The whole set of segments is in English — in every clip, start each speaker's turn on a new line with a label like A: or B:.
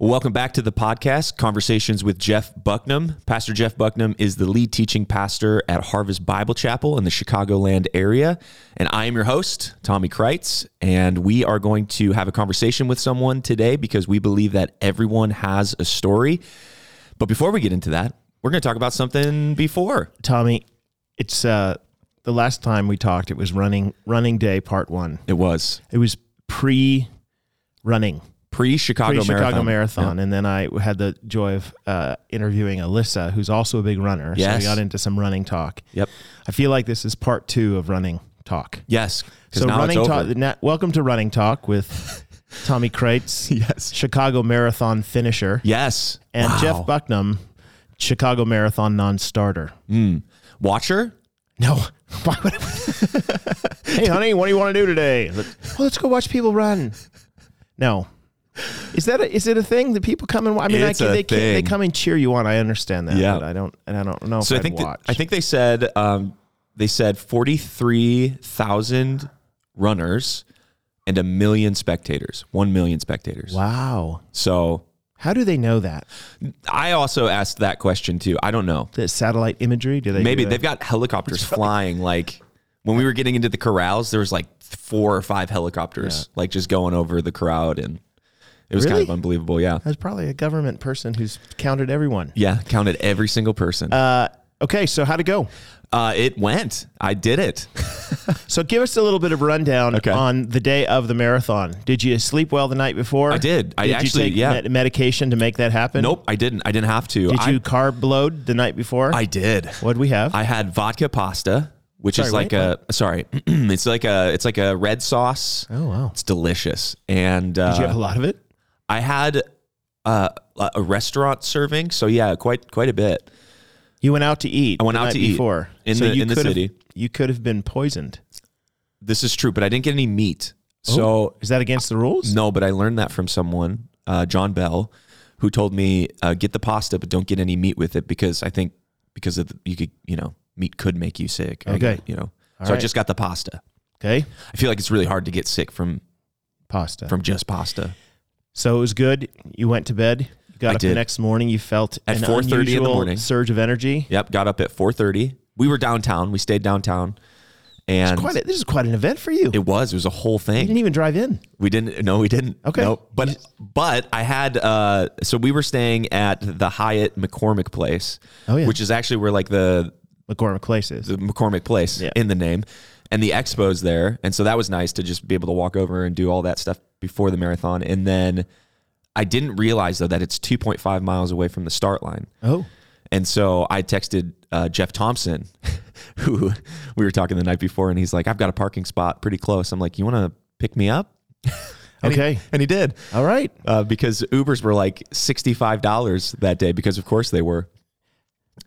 A: Welcome back to the podcast, Conversations with Jeff Bucknam. Pastor Jeff Bucknam is the lead teaching pastor at Harvest Bible Chapel in the Chicagoland area. And I am your host, Tommy Kreitz. And we are going to have a conversation with someone today because we believe that everyone has a story. But before we get into that, we're going to talk about something before.
B: Tommy, it's uh, the last time we talked. It was running running day part one.
A: It was
B: It was pre running,
A: pre Chicago
B: pre
A: Marathon.
B: Chicago Marathon, and then I had the joy of uh, interviewing Alyssa, who's also a big runner. So
A: Yes.
B: we got into some running talk.
A: Yep.
B: I feel like this is part two of running talk.
A: Yes. 'cause
B: So
A: now it's
B: running
A: over.
B: talk. na- welcome to running talk with Tommy Kreitz,
A: Yes.
B: Chicago Marathon finisher,
A: Yes.
B: and
A: Wow.
B: Jeff Bucknam, Chicago Marathon non-starter.
A: Watcher?
B: No. Why would I- hey, honey, what do you want to do today? Well, let's go watch people run. No. Is that a, is it a thing that people come and wa- I mean, I
A: It's
B: can,
A: a
B: they, can, they
A: thing.
B: come and cheer you on. I understand that.
A: Yeah.
B: but I don't. And I don't know
A: So I
B: if I'd
A: think that,
B: watch.
A: I think they said um, they said forty three thousand runners and a million spectators, one million spectators.
B: wow.
A: So
B: How do they know that?
A: I also asked that question too. I don't know.
B: The satellite imagery? Do they? do
A: Maybe
B: that?
A: they've got helicopters flying. Like when we were getting into the corrals, there was like four or five helicopters, like just going over the crowd, and it was kind
B: Really?
A: of unbelievable. Yeah,
B: That's probably a government person who's counted everyone.
A: yeah, counted every single person.
B: Uh, okay, so how'd it go?
A: uh, it went. I did it.
B: So give us a little bit of rundown
A: Okay.
B: on the day of the marathon. Did you sleep well the night before?
A: I did. I
B: did
A: actually-
B: you take
A: yeah.
B: med- medication to make that happen?
A: Nope, I didn't. I didn't have to.
B: Did
A: I,
B: you carb load the night before?
A: I did.
B: What'd we have?
A: I had vodka pasta, which is
B: Sorry,
A: like
B: wait,
A: a sorry, it's like a it's like a red sauce.
B: oh wow!
A: It's delicious, and
B: Did you
A: uh,
B: have a lot of it?
A: I had uh, a- a restaurant serving. So yeah, quite quite a bit.
B: You went out to eat. I
A: went out to eat
B: before
A: in the-
B: you
A: in the
B: could have-
A: city.
B: you could have been poisoned.
A: This is true, but I didn't get any meat.
B: Oh.
A: So
B: Is that against the rules?
A: no, but I learned that from someone, uh, John Bell, who told me uh, get the pasta, but don't get any meat with it because I think because of the, you could you know meat could make you sick. I
B: Okay.
A: get- you know. so I
B: right.
A: just got the pasta.
B: Okay,
A: I feel like it's really hard to get sick from
B: pasta.
A: from just pasta.
B: so it was good. You went to bed. You got
A: I
B: up
A: did.
B: the next morning. You felt
A: At
B: an
A: 4:30 in the
B: unusual
A: morning.
B: surge of energy.
A: Yep, got up at 4:30. We were downtown. We stayed downtown, and
B: Quite a, this is quite an event for you.
A: it was it was a whole
B: you didn't
A: thing.
B: even drive in.
A: We didn't. No, we didn't.
B: Okay.
A: No, but but I had. Uh, so we were staying at the Hyatt McCormick Place.
B: Oh, yeah.
A: which is actually where like the
B: McCormick Places.
A: the McCormick Place
B: Yeah.
A: in the name, and the expos there, and so that was nice to just be able to walk over and do all that stuff before the marathon, and then. I didn't realize though that it's 2.5 miles away from the start line.
B: Oh,
A: And so I texted uh, Jeff Thompson, who we were talking the night before, and he's like, I've got a parking spot pretty close. I'm like, You want to pick me up? And he-
B: Okay.
A: and he did
B: all right.
A: uh, because Ubers were like $65 that day because, of course, they were.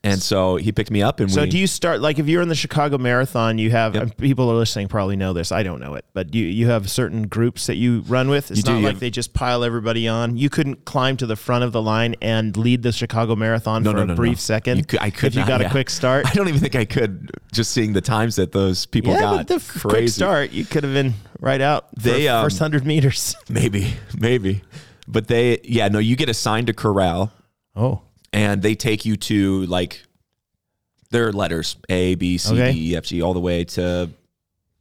A: And so he picked me up and
B: So
A: we.
B: do you start like if you're in the Chicago Marathon, you have and people are listening probably know this. I don't know it, but you you have certain groups that you run with. It's
A: You do,
B: not
A: you
B: like
A: have-
B: they just pile everybody on. You couldn't climb to the front of the line and lead the Chicago Marathon for
A: no, no,
B: a
A: no.
B: brief second.
A: You could- I could
B: if you
A: not,
B: got
A: yeah.
B: a quick start.
A: I don't even think I could, just seeing the times that those people
B: yeah,
A: got.
B: but the f- quick start, you could have been right out
A: They,
B: they,
A: um,
B: first hundred meters.
A: Maybe, maybe. But they, yeah, no, you get assigned a corral.
B: Oh,
A: and they take you to like their letters A B C D E F G
B: Okay.
A: all the way to.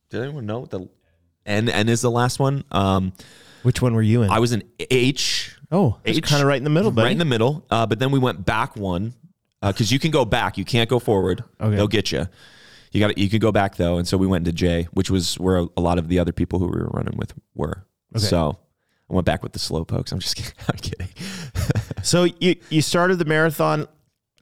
A: Did anyone know what the N N is the last one? Um,
B: which one were you in?
A: I was in H,
B: oh, it's
A: H-
B: kind of right in the middle, buddy.
A: right in the middle. Uh, but then we went back one because you can go back. You can't go forward.
B: Okay.
A: They'll get you. You got. You can go back though, and so we went into J, which was where a, lot of the other people who we were running with were.
B: Okay.
A: So I went back with the slow pokes. I'm just kidding. I'm kidding.
B: so you you started the marathon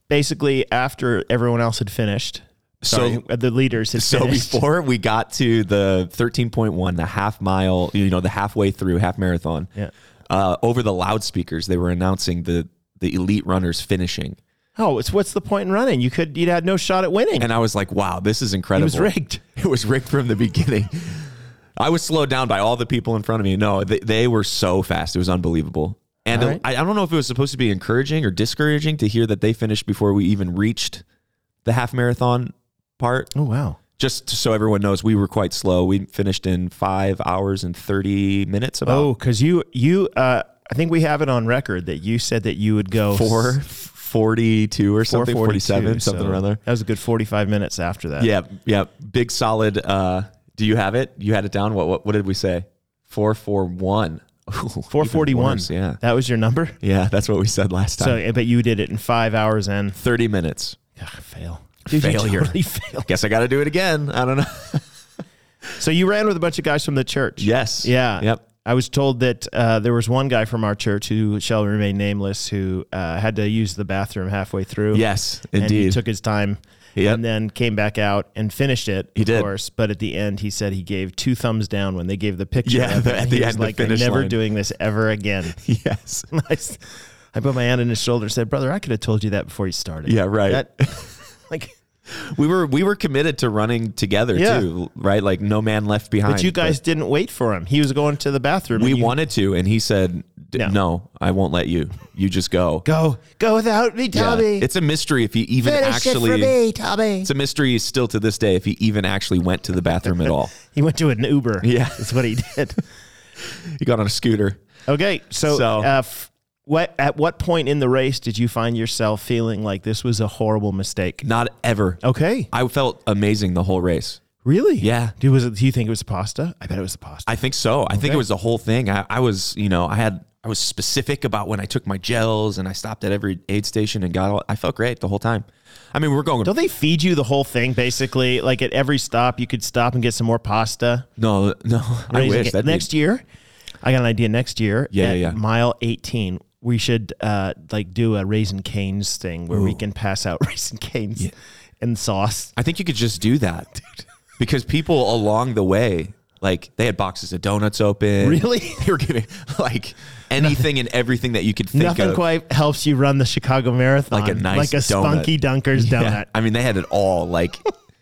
B: basically after everyone else had finished.
A: So-
B: Sorry, uh, the leaders had
A: So
B: finished.
A: before we got to the 13.1, the half mile, you know, the halfway through half marathon,
B: Yeah.
A: uh, over the loudspeakers, they were announcing the the elite runners finishing,
B: Oh, it's what's the point in running? You could you'd had no shot at winning.
A: and I was like, "Wow, this is incredible!"
B: was rigged.
A: It was rigged from the beginning. I was slowed down by all the people in front of me. No, they, they were so fast; it was unbelievable. And
B: All right.
A: I, I don't know if it was supposed to be encouraging or discouraging to hear that they finished before we even reached the half marathon part.
B: oh wow.
A: just so everyone knows, we were quite slow. We finished in five hours and 30 minutes about.
B: Oh, because you you uh I think we have it on record that you said that you would go
A: Four forty-two or something, 47,
B: 4:42,
A: something
B: so
A: or other.
B: That was a good 45 minutes after that.
A: Yeah, yeah. Big solid. Uh, do you have it? You had it down. What what, what did we say? Four four one. Four
B: 441.
A: Yeah,
B: That was your number.
A: yeah. That's what we said last time.
B: So, but you did it in five hours and
A: Thirty minutes.
B: Ugh, fail. Dude, you
A: Failure.
B: totally failed.
A: Guess I got to do it again. I don't know.
B: So you ran with a bunch of guys from the church.
A: yes.
B: Yeah.
A: Yep.
B: I was told that uh, there was one guy from our church who shall remain nameless who uh, had to use the bathroom halfway through.
A: Yes.
B: And he
A: Indeed.
B: took his time
A: Yep.
B: and then came back out and finished it,
A: He
B: of
A: did.
B: course. But at the end, he said he gave two thumbs down when they gave the picture.
A: Yeah,
B: of
A: the-
B: it.
A: at
B: He
A: the
B: was
A: end, the
B: like, I'm
A: finish
B: never
A: line."
B: doing this ever again.
A: yes.
B: I s- I put my hand on his shoulder and said, Brother, I could have told you that before you started.
A: Yeah. Right.
B: That, like,
A: we were we were committed to running together
B: Yeah.
A: too. Right. Like no man left behind.
B: but you guys didn't wait for him. He was going to the bathroom.
A: we
B: and you
A: wanted to, and he said, D-
B: No.
A: no. I won't let you. You just go."
B: go, go without me,
A: Yeah.
B: Tommy.
A: It's a mystery if he even actually.
B: Tommy.
A: It's a mystery still to this day if he even actually went to the bathroom at all.
B: He went to an Uber.
A: Yeah.
B: That's what he did.
A: He got on a scooter.
B: Okay. So,
A: So-
B: Uh, f- what, at what point in the race did you find yourself feeling like this was a horrible mistake?
A: Not ever.
B: Okay.
A: I felt amazing the whole race.
B: Really?
A: Yeah.
B: Dude, was it, do you think it was pasta? I bet it was the pasta.
A: I think so. I think it was the whole thing. I, I was, you know, I had I was specific about when I took my gels and I stopped at every aid station and got all I felt great the whole time. I mean, we're going
B: Don't they feed you the whole thing basically? Like at every stop, you could stop and get some more pasta.
A: No, no. I wish that
B: next
A: next
B: year, I got an idea. Next year,
A: Yeah,
B: at
A: yeah, yeah.
B: mile eighteen, we should uh, like do a raisin canes thing where we can pass out raisin canes and sauce.
A: I think you could just do that. Because people along the way, like they had boxes of donuts open.
B: Really?
A: They were giving like anything and everything that you could think
B: Nothing
A: of.
B: quite helps you run the Chicago Marathon
A: Like a nice
B: like a spunky
A: donut.
B: Dunker's
A: Yeah.
B: donut.
A: I mean, they had it all. Like,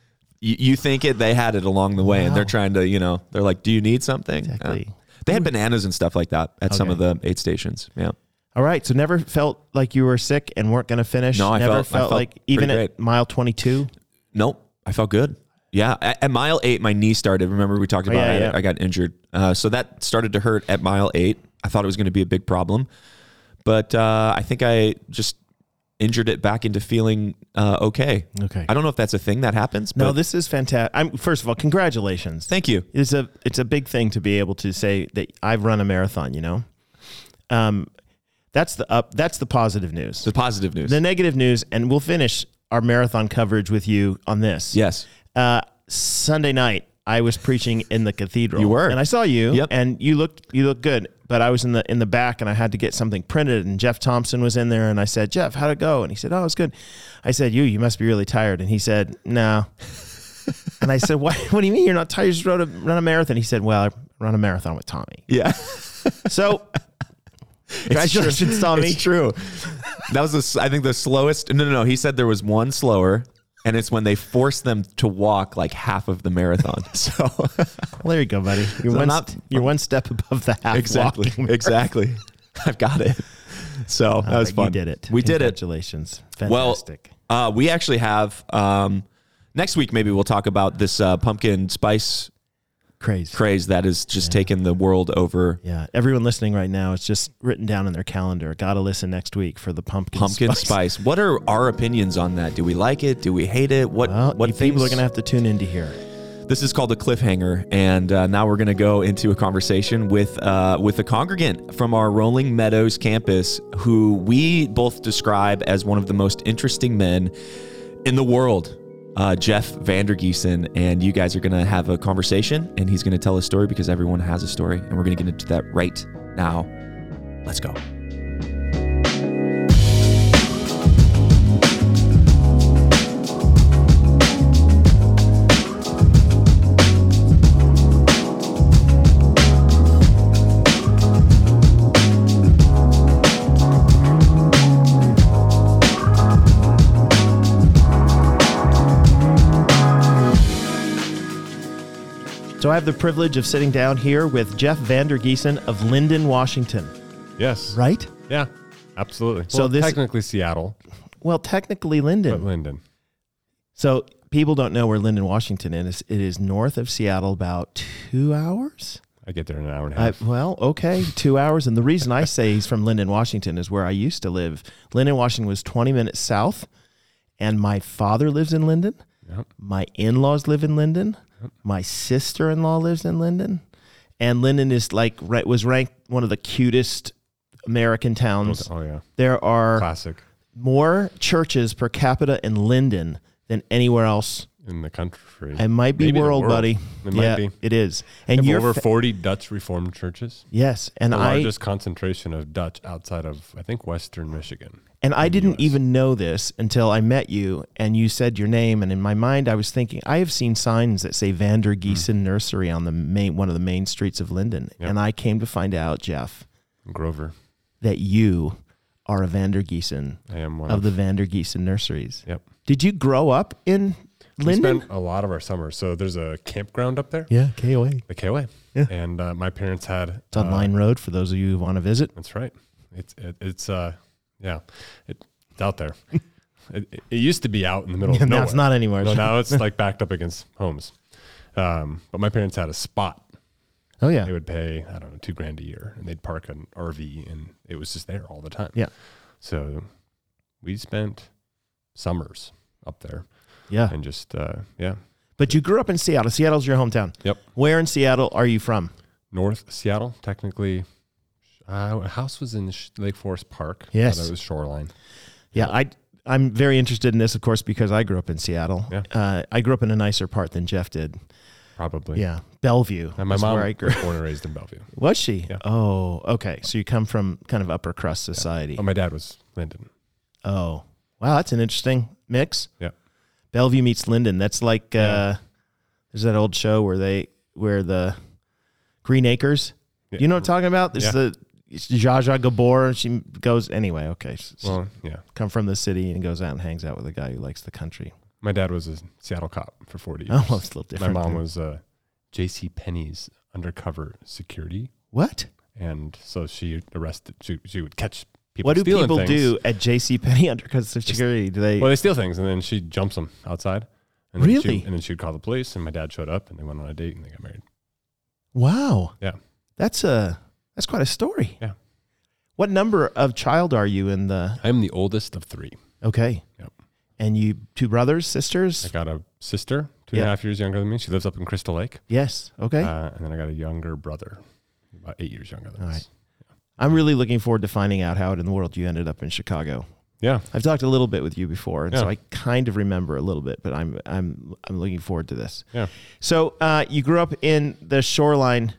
A: you, you think it, they had it along the way, and they're trying to, you know, they're like, "Do you need something?" Yeah.
B: Exactly.
A: They had bananas and stuff like that at some of the aid stations. Yeah,
B: All right, so never felt like you were sick and weren't going to finish.
A: No, I
B: never
A: felt- I felt
B: like even
A: pretty
B: at
A: great.
B: mile twenty-two.
A: nope, I felt good. Yeah, at, at mile eight, my knee started. Remember we talked about
B: Oh, yeah,
A: I,
B: yeah.
A: I got injured, uh, so that started to hurt at mile eight. I thought it was going to be a big problem, but uh, I think I just injured it back into feeling uh, okay.
B: Okay.
A: I don't know if that's a thing that happens.
B: No,
A: but
B: this is fantastic. I'm first of all, congratulations.
A: thank you.
B: it's a it's a big thing to be able to say that I've run a marathon. You know, um, that's the up. That's the positive news.
A: The positive news.
B: the negative news, and we'll finish our marathon coverage with you on this.
A: yes.
B: Uh, Sunday night, I was preaching in the cathedral.
A: You were.
B: and I saw you.
A: Yep.
B: And you looked you looked good, but I was in the in the back, and I had to get something printed. And Jeff Thompson was in there, and I said, Jeff, how'd it go? And he said, Oh, it's good. I said, You, you must be really tired. And he said, No. and I said, what, what do you mean you're not tired? You just run a, run a marathon. He said, Well, I run a marathon with Tommy.
A: Yeah.
B: So. Congratulations, Tommy.
A: It's true. That was, the s- I think, the slowest. No, no, no. He said there was one slower, and it's when they forced them to walk like half of the marathon. So
B: Well, there you go, buddy. You're, one,
A: not-
B: st- you're one step above the half.
A: exactly,
B: walking.
A: exactly. I've got it. So that was
B: But
A: fun.
B: You did it.
A: We did it.
B: Congratulations.
A: Well,
B: Fantastic.
A: uh, we actually have um, next week. Maybe we'll talk about this uh, pumpkin spice
B: crazy.
A: craze that is just taking the world over.
B: Yeah, everyone listening right now, it's just written down in their calendar. Got to listen next week for the pumpkin
A: Pumpkin
B: spice.
A: spice. What are our opinions on that? Do we like it? Do we hate it? What
B: Well,
A: what
B: you people are
A: things-
B: going to have to tune into here.
A: This is called a cliffhanger, and uh, now we're going to go into a conversation with uh, with a congregant from our Rolling Meadows campus, who we both describe as one of the most interesting men in the world, uh, Jeff Vandergeesen. And you guys are going to have a conversation, and he's going to tell a story because everyone has a story, and we're going to get into that right now. Let's go.
B: So I have the privilege of sitting down here with Jeff Vandergeesen of Linden, Washington.
C: Yes.
B: Right?
C: Yeah. Absolutely.
B: So
C: well,
B: this-
C: technically Seattle,
B: Well, technically
C: but
B: Linden.
C: Linden.
B: so people don't know where Linden, Washington is. It is north of Seattle, about two hours.
C: I get there in an hour and a
B: I,
C: half.
B: well, okay, two hours. And the reason I say he's from Linden, Washington is where I used to live. Linden, Washington was 20 minutes south, and my father lives in Linden.
C: Yep.
B: My in laws live in Linden. My sister in law lives in Linden. And Linden is like, right, was ranked one of the cutest American towns.
C: oh yeah,
B: There are
C: classic
B: more churches per capita in Linden than anywhere else.
C: in the country.
B: It might be
C: Maybe the
B: world,
C: world.
B: buddy.
C: It might
B: yeah,
C: be.
B: it is.
C: They
B: And
C: have
B: you're
C: over
B: fa-
C: forty Dutch Reformed churches.
B: yes, and
C: The
B: I
C: largest concentration of Dutch outside of I think Western Michigan.
B: And I didn't even know this until I met you and you said your name. And in my mind, I was thinking, I have seen signs that say Vander
C: Hmm.
B: Giesen Nursery on the main, one of the main streets of Linden.
C: Yep.
B: And I came to find out, Jeff,
C: Grover.
B: that you are a Vander Giesen
C: I am one
B: of the Vander Giesen Nurseries.
C: Yep.
B: Did you grow up in Linden?
C: We spent a lot of our summer. So there's a campground up there,
B: yeah, KOA. It's
C: the KOA.
B: Yeah.
C: And uh, my parents had.
B: on
C: uh,
B: Line Road for those of you who want to visit.
C: That's right. It's it, it's uh yeah, it, it's out there. it, it, it used to be out in the middle of
B: And
C: nowhere.
B: that's not anywhere.
C: No, now it's like backed up against homes. Um, but my parents had a spot.
B: oh, yeah.
C: They would pay I don't know two grand a year, and they'd park an RV, and it was just there all the time.
B: Yeah.
C: So we spent summers up there,
B: Yeah.
C: and just uh, yeah,
B: But you grew up in Seattle. Seattle's your hometown.
C: Yep.
B: Where in Seattle are you from?
C: North Seattle, technically. Uh, our house was in Sh- Lake Forest Park.
B: Yes.
C: That was shoreline.
B: Yeah, I I'm very interested in this, of course, because I grew up in Seattle.
C: Yeah.
B: Uh, I grew up in a nicer part than Jeff did.
C: Probably.
B: Yeah, Bellevue.
C: And my
B: is
C: mom
B: where I grew.
C: was born and raised in Bellevue.
B: Was she?
C: Yeah.
B: Oh, okay. So you come from kind of upper crust society.
C: Oh, my dad was Linden.
B: Oh, wow, that's an interesting mix.
C: Yeah.
B: Bellevue meets Linden. That's like uh,
C: Yeah.
B: there's that old show where they where the Green Acres.
C: Yeah.
B: You know what I'm talking about? There's
C: Yeah.
B: the it's Zsa Zsa Gabor. She goes anyway. Okay, s- s-
C: Mm-hmm. Well, yeah.
B: come from the city and goes out and hangs out with a guy who likes the country.
C: My dad was a Seattle cop for 40 years.
B: Oh, well, it's a little
C: my
B: different.
C: mom
B: then.
C: was uh, J.C. Penney's undercover security,
B: What?
C: and so she arrested. She, she would catch people.
B: What do
C: stealing
B: people
C: things.
B: do at J.C. Penney under because of security? Do they?
C: Well, they steal things, and then she jumps them outside. And then
B: Really?
C: She, and then she'd call the police, and my dad showed up, and they went on a date, and they got married.
B: wow.
C: Yeah.
B: That's a that's quite a story.
C: Yeah.
B: What number of child are you in the?
C: I'm the oldest of three.
B: Okay.
C: Yep.
B: And you two brothers,
C: I
B: sisters?
C: got a sister, two and a half
B: Yeah.
C: years younger than me. She lives up in Crystal Lake.
B: Yes. Okay.
C: Uh, and then I got a younger brother, about eight years younger than
B: All
C: us.
B: right. I'm really looking forward to finding out how in the world you ended up in Chicago.
C: Yeah.
B: I've talked a little bit with you before, and so
C: Yeah.
B: I kind of remember a little bit, but I'm I'm I'm looking forward to this.
C: Yeah.
B: So uh, you grew up in the shoreline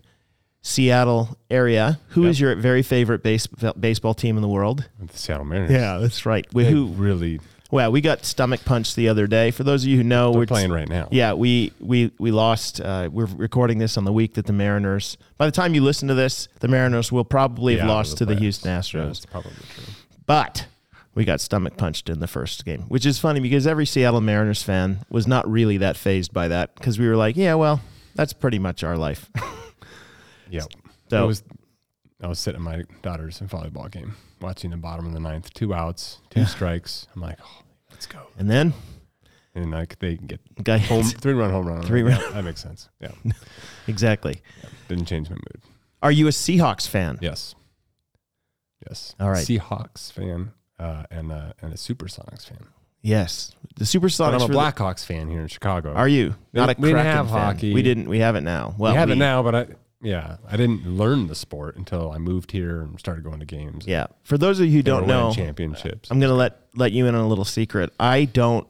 B: Seattle area. Who is
C: Yeah.
B: your very favorite base, baseball team in the world?
C: With the Seattle Mariners.
B: Yeah, that's right. We,
C: They
B: who?
C: really
B: Well, we got stomach punched the other day. For those of you who know,
C: we're
B: we're
C: playing right now.
B: Yeah, we we we lost. Uh, we're recording this on the week that the Mariners. By the time you listen to this, the Mariners will probably have
C: Yeah,
B: lost to the
C: playoffs.
B: Houston
C: Yeah,
B: Astros
C: that's probably true.
B: but we got stomach punched in the first game, which is funny because every Seattle Mariners fan was not really that phased by that because we were like, yeah, well, that's pretty much our life.
C: Yeah.
B: So-
C: I was I was sitting at my daughter's volleyball game, watching the bottom of the ninth, two outs, two strikes. I'm like, oh, let's go.
B: and then
C: And like they get
B: guy
C: home three run home run. I'm
B: Three
C: like,
B: run-
C: yeah, that makes sense. Yeah.
B: exactly.
C: Didn't change my mood.
B: Are you a Seahawks fan?
C: Yes. Yes.
B: All right.
C: Seahawks fan. Uh, and uh, and a Supersonics fan.
B: Yes. The
C: But
B: Supersonics.
C: I'm a
B: were the-
C: Blackhawks fan here in Chicago.
B: are you
C: We
B: not a
C: didn't- we didn't
B: Kraken
C: have
B: fan.
C: hockey.
B: We didn't. We have it now. Well,
C: we have it
B: we-
C: now, but I yeah, I didn't learn the sport until I moved here and started going to games.
B: Yeah. For those of you who
C: They were
B: don't
C: winning
B: know,
C: championships.
B: I'm gonna let let you in on a little secret. I don't.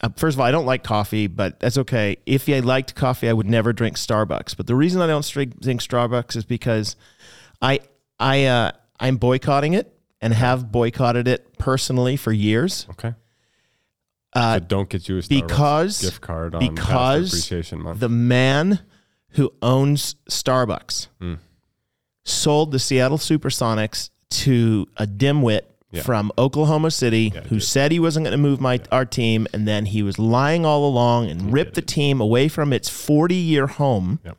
B: Uh, first of all, I don't like coffee, but that's okay. If I liked coffee, I would never drink Starbucks. But the reason I don't stri- drink Starbucks is because I I uh, I'm boycotting it and have boycotted it personally for years.
C: okay.
B: Uh,
C: So don't get you a Starbucks
B: because-
C: gift card on Pastor
B: because
C: appreciation month.
B: the man who owns Starbucks
C: Mm.
B: sold the Seattle Supersonics to a dimwit
C: Yeah.
B: from Oklahoma City
C: Yeah, he
B: who
C: did.
B: said he wasn't going to move my our team, and then he was lying all along and ripped the team away from its 40 year home.
C: Yep.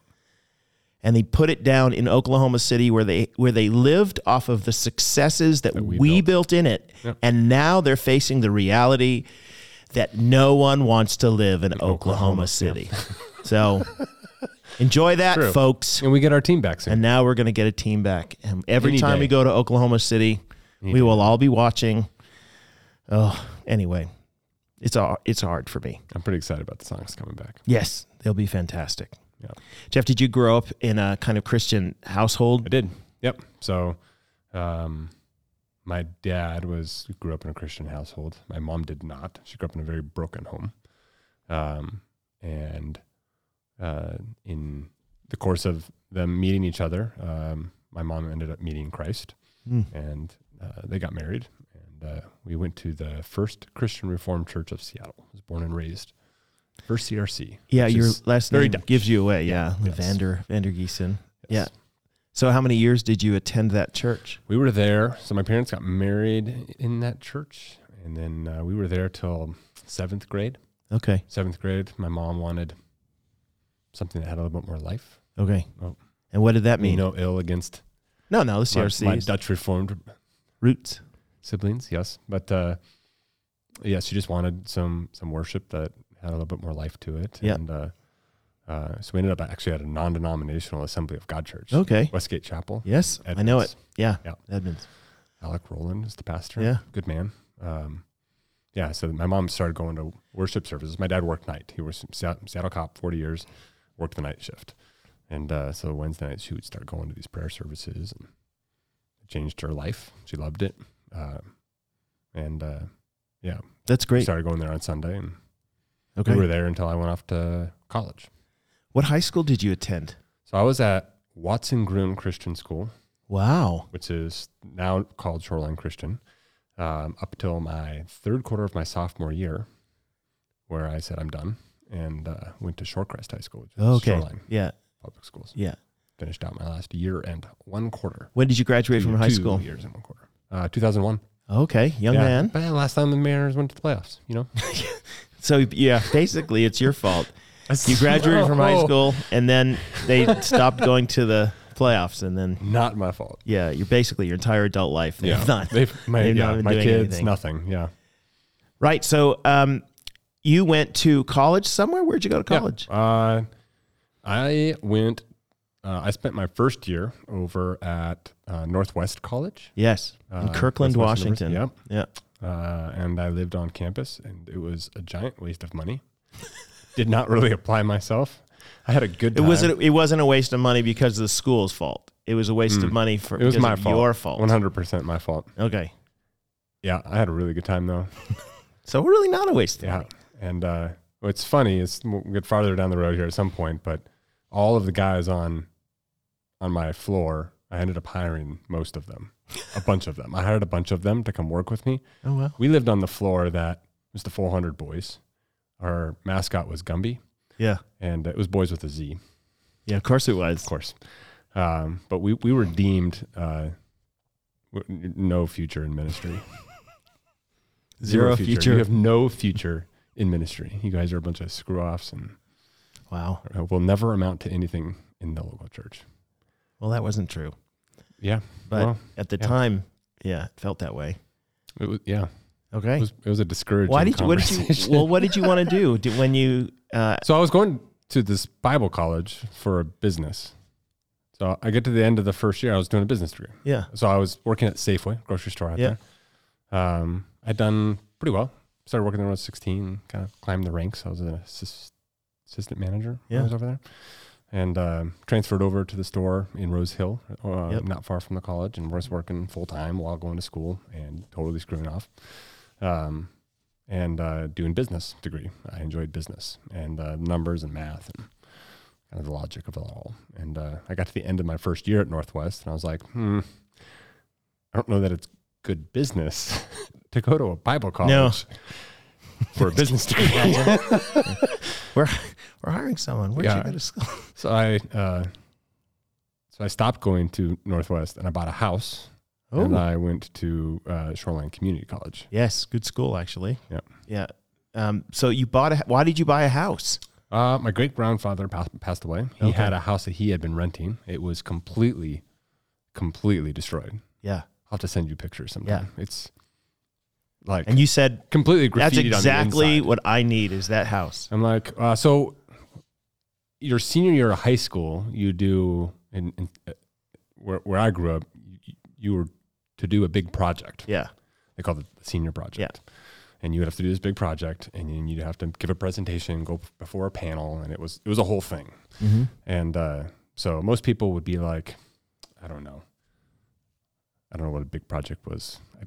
B: And they put it down in Oklahoma City, where they where they lived off of the successes that, we,
C: we
B: built. in it,
C: Yep.
B: and now they're facing the reality that no one wants to live in Oklahoma, City. So Enjoy that,
C: True.
B: folks.
C: And we get our team back soon.
B: And now we're going to get a team back. And every
C: Any
B: time
C: day.
B: we go to Oklahoma City,
C: Any
B: we
C: day.
B: will all be watching. Oh, anyway, it's all, it's hard for me.
C: I'm pretty excited about the Sonics coming back.
B: Yes, they'll be fantastic.
C: Yeah.
B: Jeff, did you grow up in a kind of Christian household?
C: I did. Yep. So, um, my dad was grew up in a Christian household. My mom did not. She grew up in a very broken home. Um, and uh, in the course of them meeting each other, um, my mom ended up meeting Christ,
B: Mm.
C: and uh, they got married. And uh, we went to the first Christian Reformed Church of Seattle. I was born and raised. First CRC.
B: Yeah,
C: which
B: your
C: is-
B: last
C: very
B: name
C: Dutch.
B: gives you away. Yeah,
C: Yes.
B: Vander Vander Giesen.
C: Yes.
B: Yeah. So, how many years did you attend that church?
C: we were there. So my parents got married in that church, and then uh, we were there till seventh grade.
B: Okay,
C: Seventh grade, my mom wanted something that had a little bit more life.
B: okay.
C: Oh.
B: And what did that
C: I mean,
B: mean?
C: no ill against
B: no, no, the
C: my,
B: CRC
C: my Dutch Reformed
B: roots.
C: siblings, yes, but uh, yeah, she just wanted some some worship that had a little bit more life to it.
B: Yeah.
C: and uh, uh, so we ended up actually at a non-denominational Assembly of God church,
B: Okay.
C: Westgate Chapel.
B: Yes, I know it.
C: Edmonds.
B: Yeah,
C: Yeah.
B: Edmonds.
C: Alec Roland is the pastor.
B: Yeah.
C: Good man. Um, yeah. So my mom started going to worship services. My dad worked night. He was Seat- Seattle cop, 40 years, worked the night shift. And uh, so Wednesday night, she would start going to these prayer services and it changed her life. She loved it. Uh, and uh,
B: That's great.
C: started going there on Sunday. And
B: Okay.
C: we were there until I went off to college.
B: What high school did you attend?
C: So I was at Watson Groom Christian School.
B: Wow.
C: which is now called Shoreline Christian, um, up till my third quarter of my sophomore year, where I said I'm done and uh, went to Shorecrest High School, which is
B: Okay.
C: Shoreline
B: Yeah.
C: Public Schools.
B: Yeah.
C: Finished out my last year and one quarter.
B: When did you graduate
C: Two-
B: from high
C: two
B: school?
C: years and one quarter. Uh, 2001.
B: Okay, young
C: Yeah.
B: man.
C: But last time the Mariners went to the playoffs, you know?
B: So yeah, basically it's your fault. You graduated from high
C: Oh.
B: school and then they stopped going to the playoffs and then
C: Not my fault.
B: yeah, you're basically your entire adult life. they've done.
C: They've, my,
B: They've
C: yeah,
B: not been
C: my
B: doing
C: kids,
B: anything.
C: nothing. Yeah.
B: Right. So um you went to college somewhere? Where'd you go to
C: Yeah.
B: college?
C: Uh, I went. Uh, I spent my first year over at uh, Northwest College
B: Yes. In
C: uh,
B: Kirkland,
C: Northwest
B: Washington.
C: University.
B: Yeah.
C: Yep. Uh, and I lived on campus, and it was a giant waste of money. Did not really apply myself. I had a good.
B: It
C: Time.
B: was it wasn't a waste of money because of the school's fault. It was a waste of money for
C: Mm. It was
B: because
C: my
B: of
C: fault.
B: your fault.
C: One hundred percent my fault.
B: Okay.
C: Yeah, I had a really good time though.
B: So really not a waste of
C: Yeah,
B: money.
C: and uh, what's funny is we'll get farther down the road here at some point, but all of the guys on on my floor, I ended up hiring most of them, a bunch of them. I hired a bunch of them to come work with me.
B: Oh well.
C: We lived on the floor that was the 400 boys. Our mascot was Gumby,
B: Yeah.
C: and it was boys with a Z,
B: Yeah, of course it was.
C: of course. Um, but we we were deemed uh, w- no future in ministry.
B: Zero future.
C: You have no future in ministry. You guys are a bunch of screw offs and
B: Wow.
C: uh, will never amount to anything in the local church.
B: Well, that wasn't true.
C: Yeah,
B: But
C: Well,
B: at the
C: yeah.
B: time, yeah, it felt that way.
C: it was, yeah, it
B: Okay.
C: was, it was a discouraging.
B: Why did you? What did you?
C: conversation.
B: Well, what did you want to do Did- when you? Uh,
C: so I was going to this Bible college for a business. So I get to the end of the first year, I was doing a business degree.
B: yeah.
C: So I was working at Safeway grocery store out
B: Yeah.
C: there. Um, I'd done pretty well. Started working there when I was 16, kind of climbed the ranks. I was an assist, assistant manager when
B: Yeah.
C: I was over there and um, transferred over to the store in Rose Hill, uh,
B: Yep.
C: not far from the college, and was working full time while going to school and totally screwing off. Um, and uh, doing business degree. I enjoyed business and uh, numbers and math and kind of the logic of it all. And uh, I got to the end of my first year at Northwest, and I was like, hmm, I don't know that it's good business to go to a Bible college for a business degree.
B: We're we're hiring someone. Where'd you
C: Yeah.
B: go to school?
C: so I uh, so I stopped going to Northwest, and I bought a house, and I went to uh, Shoreline Community College.
B: yes, good school actually.
C: Yeah.
B: Yeah. Um, so you bought a. Why did you buy a house?
C: Uh, my great grandfather pa- passed away. He
B: Okay.
C: had a house that he had been renting. It was completely, completely destroyed.
B: Yeah.
C: I'll have to send you pictures sometime. It's like
B: And you said
C: completely graffitied
B: that's
C: on the
B: exactly
C: inside.
B: what I need is that house.
C: I'm like, uh, so your senior year of high school, you do in, in uh, where, where I grew up, you, you were to do a big project.
B: Yeah.
C: They called it the senior project. And you would have to do this big project, and then you'd have to give a presentation, go before a panel, and it was it was a whole thing. And uh, so most people would be like, I don't know, I don't know what a big project was. I,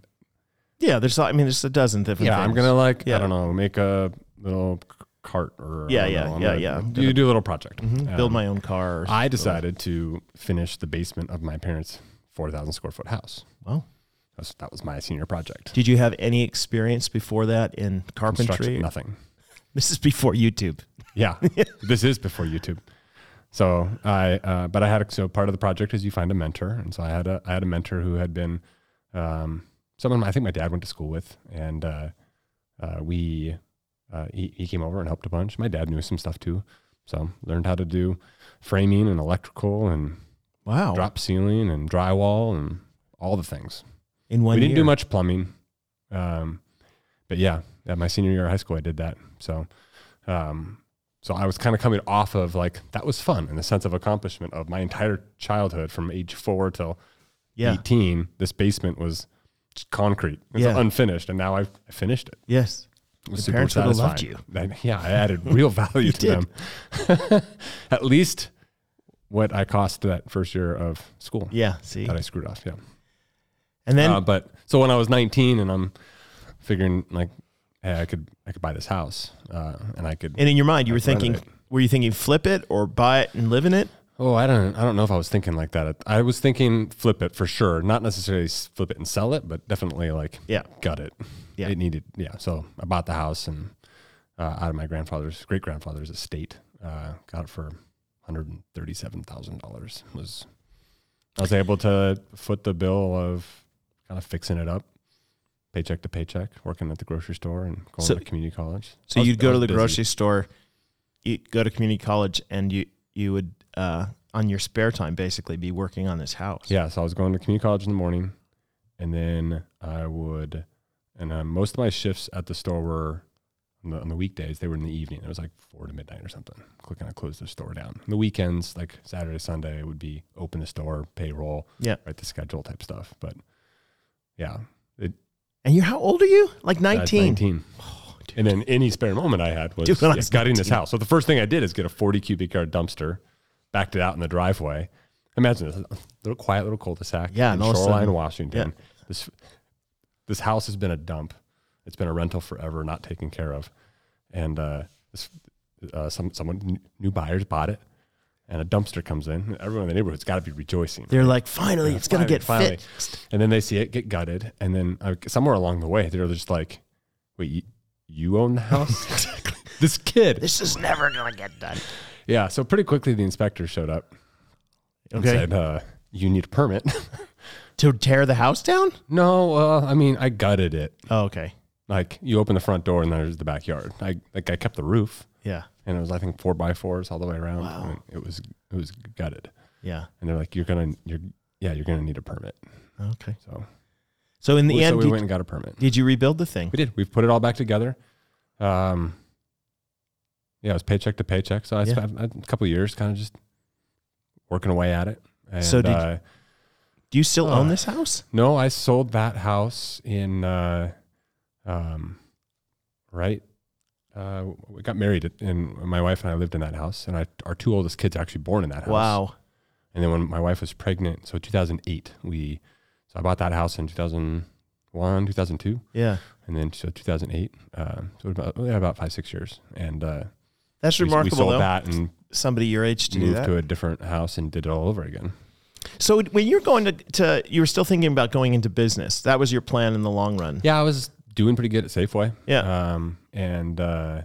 B: Yeah. There's, I mean, there's a dozen different
C: yeah,
B: things.
C: I'm gonna like
B: Yeah.
C: I don't know, make a little c- cart or I
B: Yeah,
C: don't
B: yeah,
C: know, I'm
B: yeah,
C: gonna-
B: yeah.
C: You do a little project. Um,
B: Mhm. build my own car. Or
C: I decided to finish the basement of my parents' 4,000 square foot house.
B: Well,
C: That's, that was my senior project.
B: did you have any experience before that in carpentry?
C: Construction, nothing.
B: This is before YouTube.
C: Yeah, this is before YouTube. So I, uh, but I had a, so part of the project is you find a mentor, and so I had a I had a mentor who had been um, someone I think my dad went to school with, and uh, uh, we uh, he he came over and helped a bunch. My dad knew some stuff too, so learned how to do framing and electrical and
B: Wow.
C: drop ceiling and drywall and all the things.
B: in one
C: we didn't
B: year.
C: do much plumbing, um, but yeah, at my senior year of high school, I did that. So, um, so I was kind of coming off of like that was fun in the sense of accomplishment of my entire childhood from age four till
B: Yeah.
C: eighteen. This basement was just concrete, it was
B: Yeah.
C: unfinished, and now I've I finished it.
B: Yes.
C: It was
B: Your parents would have loved
C: That- yeah, I added real value to
B: did.
C: them. at least what I cost that first year of school
B: Yeah. See.
C: that I screwed off. Yeah.
B: And then
C: uh, but so when I was 19 and I'm figuring like, hey, I could I could buy this house uh, and I could.
B: And in your mind, you were
C: Like, run
B: thinking, were you thinking flip it or buy it and live in it?
C: oh, I don't I don't know if I was thinking like that. I was thinking flip it for sure, not necessarily s- flip it and sell it, but definitely like
B: Yeah.
C: gut it.
B: Yeah.
C: it needed yeah. So I bought the house and uh, out of my grandfather's great grandfather's estate, uh, got it for. Hundred and thirty-seven thousand dollars was. I was able to foot the bill of kind of fixing it up, paycheck to paycheck, working at the grocery store and going
B: So-
C: to community college.
B: So
C: I was-
B: you'd
C: I
B: go to
C: was
B: the
C: busy.
B: grocery store, you'd go to community college, and you you would uh, on your spare time basically be working on this house.
C: Yeah, so I was going to community college in the morning, and then I would, and uh, most of my shifts at the store were on the, on the weekdays. They were in the evening. It was like four to midnight or something. Click and I closed the store down. the weekends, like Saturday, Sunday, would be open the store, payroll,
B: Yeah.
C: write the schedule type stuff. But yeah,
B: And you're how old are you? Like
C: that's
B: 19.
C: 19. and then any spare moment I had was
B: Oh, Dude, when I
C: yeah,
B: was
C: gutting this
B: 19.
C: house. So the first thing I did is get a 40 cubic yard dumpster, backed it out in the driveway. Imagine this little quiet little cul-de-sac
B: Yeah,
C: in
B: and all of a
C: shoreline
B: sudden-
C: Washington. This this house has been a dump. It's been a rental forever, not taken care of. And uh, this, uh, some someone new buyers bought it, and a dumpster comes in. Everyone in the neighborhood's got to be rejoicing.
B: They're like, finally,
C: Yeah,
B: it's gonna
C: finally,
B: get
C: finally.
B: fixed.
C: And then they see it get gutted, and then uh, somewhere along the way, they're just like, "Wait, you, you own the house? this kid?"
B: This is never gonna get done.
C: Yeah. So pretty quickly, the inspector showed up and
B: Okay,
C: said, uh, "You need a permit."
B: to tear the house down?
C: no, uh, I mean, I gutted it.
B: Oh, okay,
C: Like, you open the front door, and there's the backyard. I like, I kept the roof,
B: yeah,
C: and it was I think four by fours all the way around.
B: Wow.
C: and It was it was gutted,
B: yeah,
C: and they're like, "You're gonna you're yeah, you're gonna need a permit."
B: okay.
C: So,
B: So in the
C: we- so
B: end,
C: we
B: did,
C: went and got a permit.
B: did you rebuild the thing?
C: We did. We've put it all back together. Um, yeah, it was paycheck to paycheck. So I
B: Yeah.
C: spent a couple of years kind of just working away at it. And,
B: So did-
C: uh,
B: Do you still own
C: Uh,
B: this house?
C: no, I sold that house in, uh, um, right. Uh, we got married and my wife and I lived in that house and I, our two oldest kids are actually born in that house.
B: Wow.
C: And then when my wife was pregnant, so 2008, we, so I bought that house in 2001, 2002
B: Yeah,
C: and then so 2008 um, so about yeah, about five six years and uh,
B: that's
C: we, we
B: remarkable.
C: sold
B: though.
C: that and
B: Somebody your age to do
C: moved
B: that.
C: to a different house and did it all over again
B: So when you're going to, to you were still thinking about going into business. That was your plan in the long run.
C: yeah i was doing pretty good at safeway
B: Yeah.
C: um, and uh,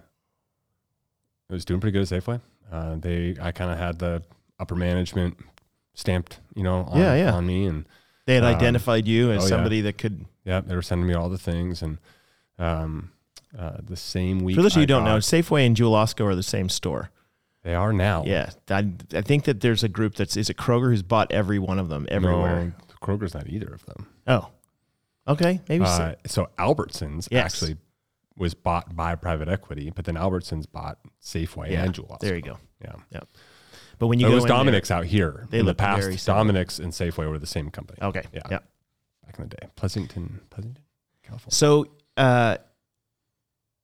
C: i was doing pretty good at safeway uh, they i kind of had the upper management stamped you know on,
B: Yeah, yeah.
C: on me and
B: They had
C: Um,
B: identified you as
C: oh, yeah.
B: somebody that could.
C: yeah they were sending me all the things and um, uh, the same week
B: For those of you
C: I
B: who don't know,
C: bought-
B: Safeway and Jewel Osco are the same store.
C: they are now
B: Yeah, I, I think that there's a group that's is it Kroger who's bought every one of them everywhere.
C: no, kroger's not either of them
B: Oh, okay, maybe. so.
C: Uh, so Albertsons
B: Yes.
C: actually was bought by private equity, but then Albertsons bought Safeway
B: Yeah,
C: and Jewel.
B: There you go.
C: Yeah.
B: Yeah. But when you
C: There
B: go
C: Oh, was
B: in there-
C: Dominic's out here.
B: they
C: in the
B: look very
C: past,
B: similar. Oh.
C: Dominic's and Safeway were the same company
B: okay.
C: Yeah.
B: yeah.
C: back in the day. Pleasanton, Pleasanton, California.
B: So uh,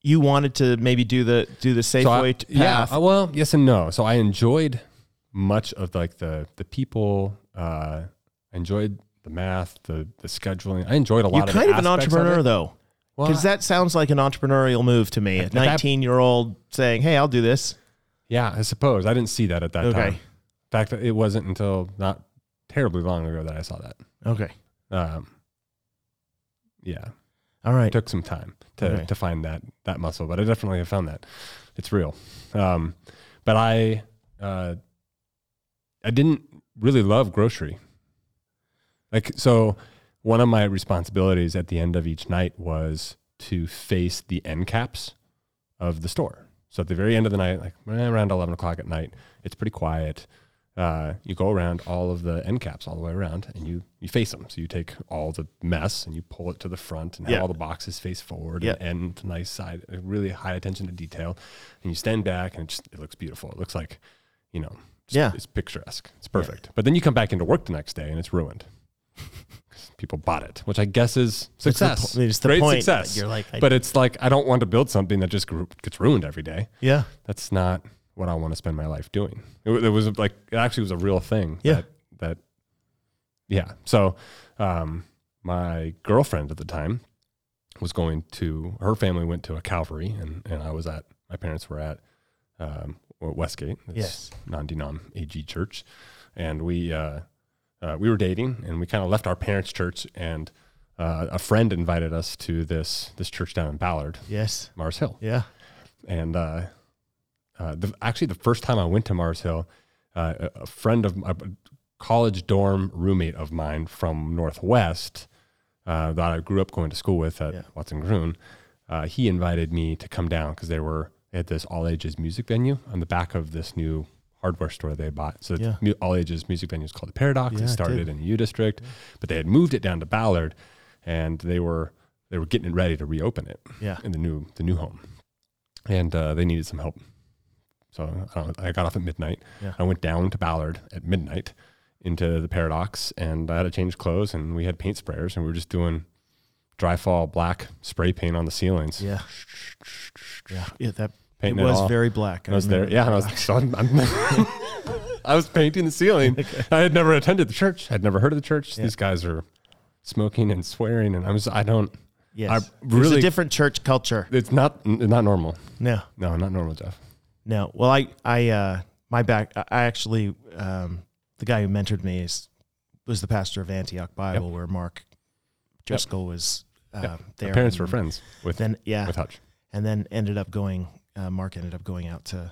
B: you wanted to maybe do the do the Safeway
C: So I-
B: t-
C: Yeah.
B: path.
C: uh, Well, yes and no. So I enjoyed much of like the the people. Uh, I enjoyed the math, the the scheduling. I enjoyed a lot.
B: You're
C: of
B: kind
C: the
B: of an
C: aspects
B: entrepreneur
C: it.
B: though,
C: Well,
B: because that sounds like an entrepreneurial move to me. A
C: At that-
B: 19 year old saying, "Hey, I'll do this."
C: yeah, I suppose I didn't see that at that
B: Okay.
C: time. In fact, it wasn't until not terribly long ago that I saw that.
B: Okay.
C: Um, yeah,
B: All right.
C: it took some time to,
B: Okay.
C: to find that that muscle, but I definitely have found that it's real. Um, but I uh, I didn't really love grocery. Like so, one of my responsibilities at the end of each night was to face the end caps of the store. So at the very end of the night, like eh, around eleven o'clock at night, it's pretty quiet. Uh, you go around all of the end caps all the way around, and you you face them. So you take all the mess and you pull it to the front, and
B: Yeah.
C: have all the boxes face forward
B: Yeah.
C: and end to nice side, uh, really high attention to detail. And you stand back, and it just it looks beautiful. It looks like, you know, just-
B: Yeah.
C: it's picturesque. It's perfect. But then you come back into work the next day, and it's ruined. 'Cause People bought it, which I guess is
B: That's the
C: success.
B: po- it's the
C: Great
B: point.
C: success.
B: You're like, I-
C: but it's like I don't want to build something that just gr- gets ruined every day.
B: yeah.
C: That's not what I want to spend my life doing. It, wa- it was like it actually was a real thing.
B: Yeah.
C: That, that yeah. So um, my girlfriend at the time was going to her family went to a Calvary, and and I was at my parents were at um, Westgate. It's
B: Yes.
C: non-denom AG church, and we uh, uh, we were dating, and we kind of left our parents' church, and uh, a friend invited us to this this church down in Ballard,
B: Yes.
C: Mars Hill,
B: Yeah.
C: and uh, uh, the, actually the first time I went to Mars Hill, uh, a, a friend of a college dorm roommate of mine from Northwest uh, that I grew up going to school with at
B: Yeah.
C: Watson Groon, uh, he invited me to come down because they were at this all ages music venue on the back of this new hardware store they bought. So
B: Yeah.
C: the mu- all ages music venue is called the Paradox.
B: Yeah,
C: it
B: it
C: started
B: did.
C: in the U District, but they had moved it down to Ballard, and they were they were getting it ready to reopen it
B: Yeah.
C: in the new the new home, and uh, they needed some help. So I, don't, I got off at midnight.
B: Yeah.
C: I went down to Ballard at midnight into the Paradox, and I had to change clothes, and we had paint sprayers, and we were just doing dry fall black spray paint on the ceilings.
B: Yeah. Yeah. Yeah. That
C: Painting
B: it
C: it
B: was
C: all.
B: very black.
C: I was there.
B: remember.
C: Yeah, and I was so I'm, I'm I was painting the ceiling. I had never attended the church. I'd never heard of the church. These guys are smoking and swearing, and I was I don't.
B: Yes.
C: I
B: There's a
C: really-
B: different church culture.
C: It's not n- not normal.
B: No.
C: No, not normal, Jeff.
B: No. Well, I, I, uh, my back, I I actually, um, the guy who mentored me is, was the pastor of Antioch Bible where Mark Driscoll was, um, there.
C: My parents were friends with
B: Then, uh, yeah.
C: with Hutch.
B: And then ended up going, uh, Mark ended up going out to,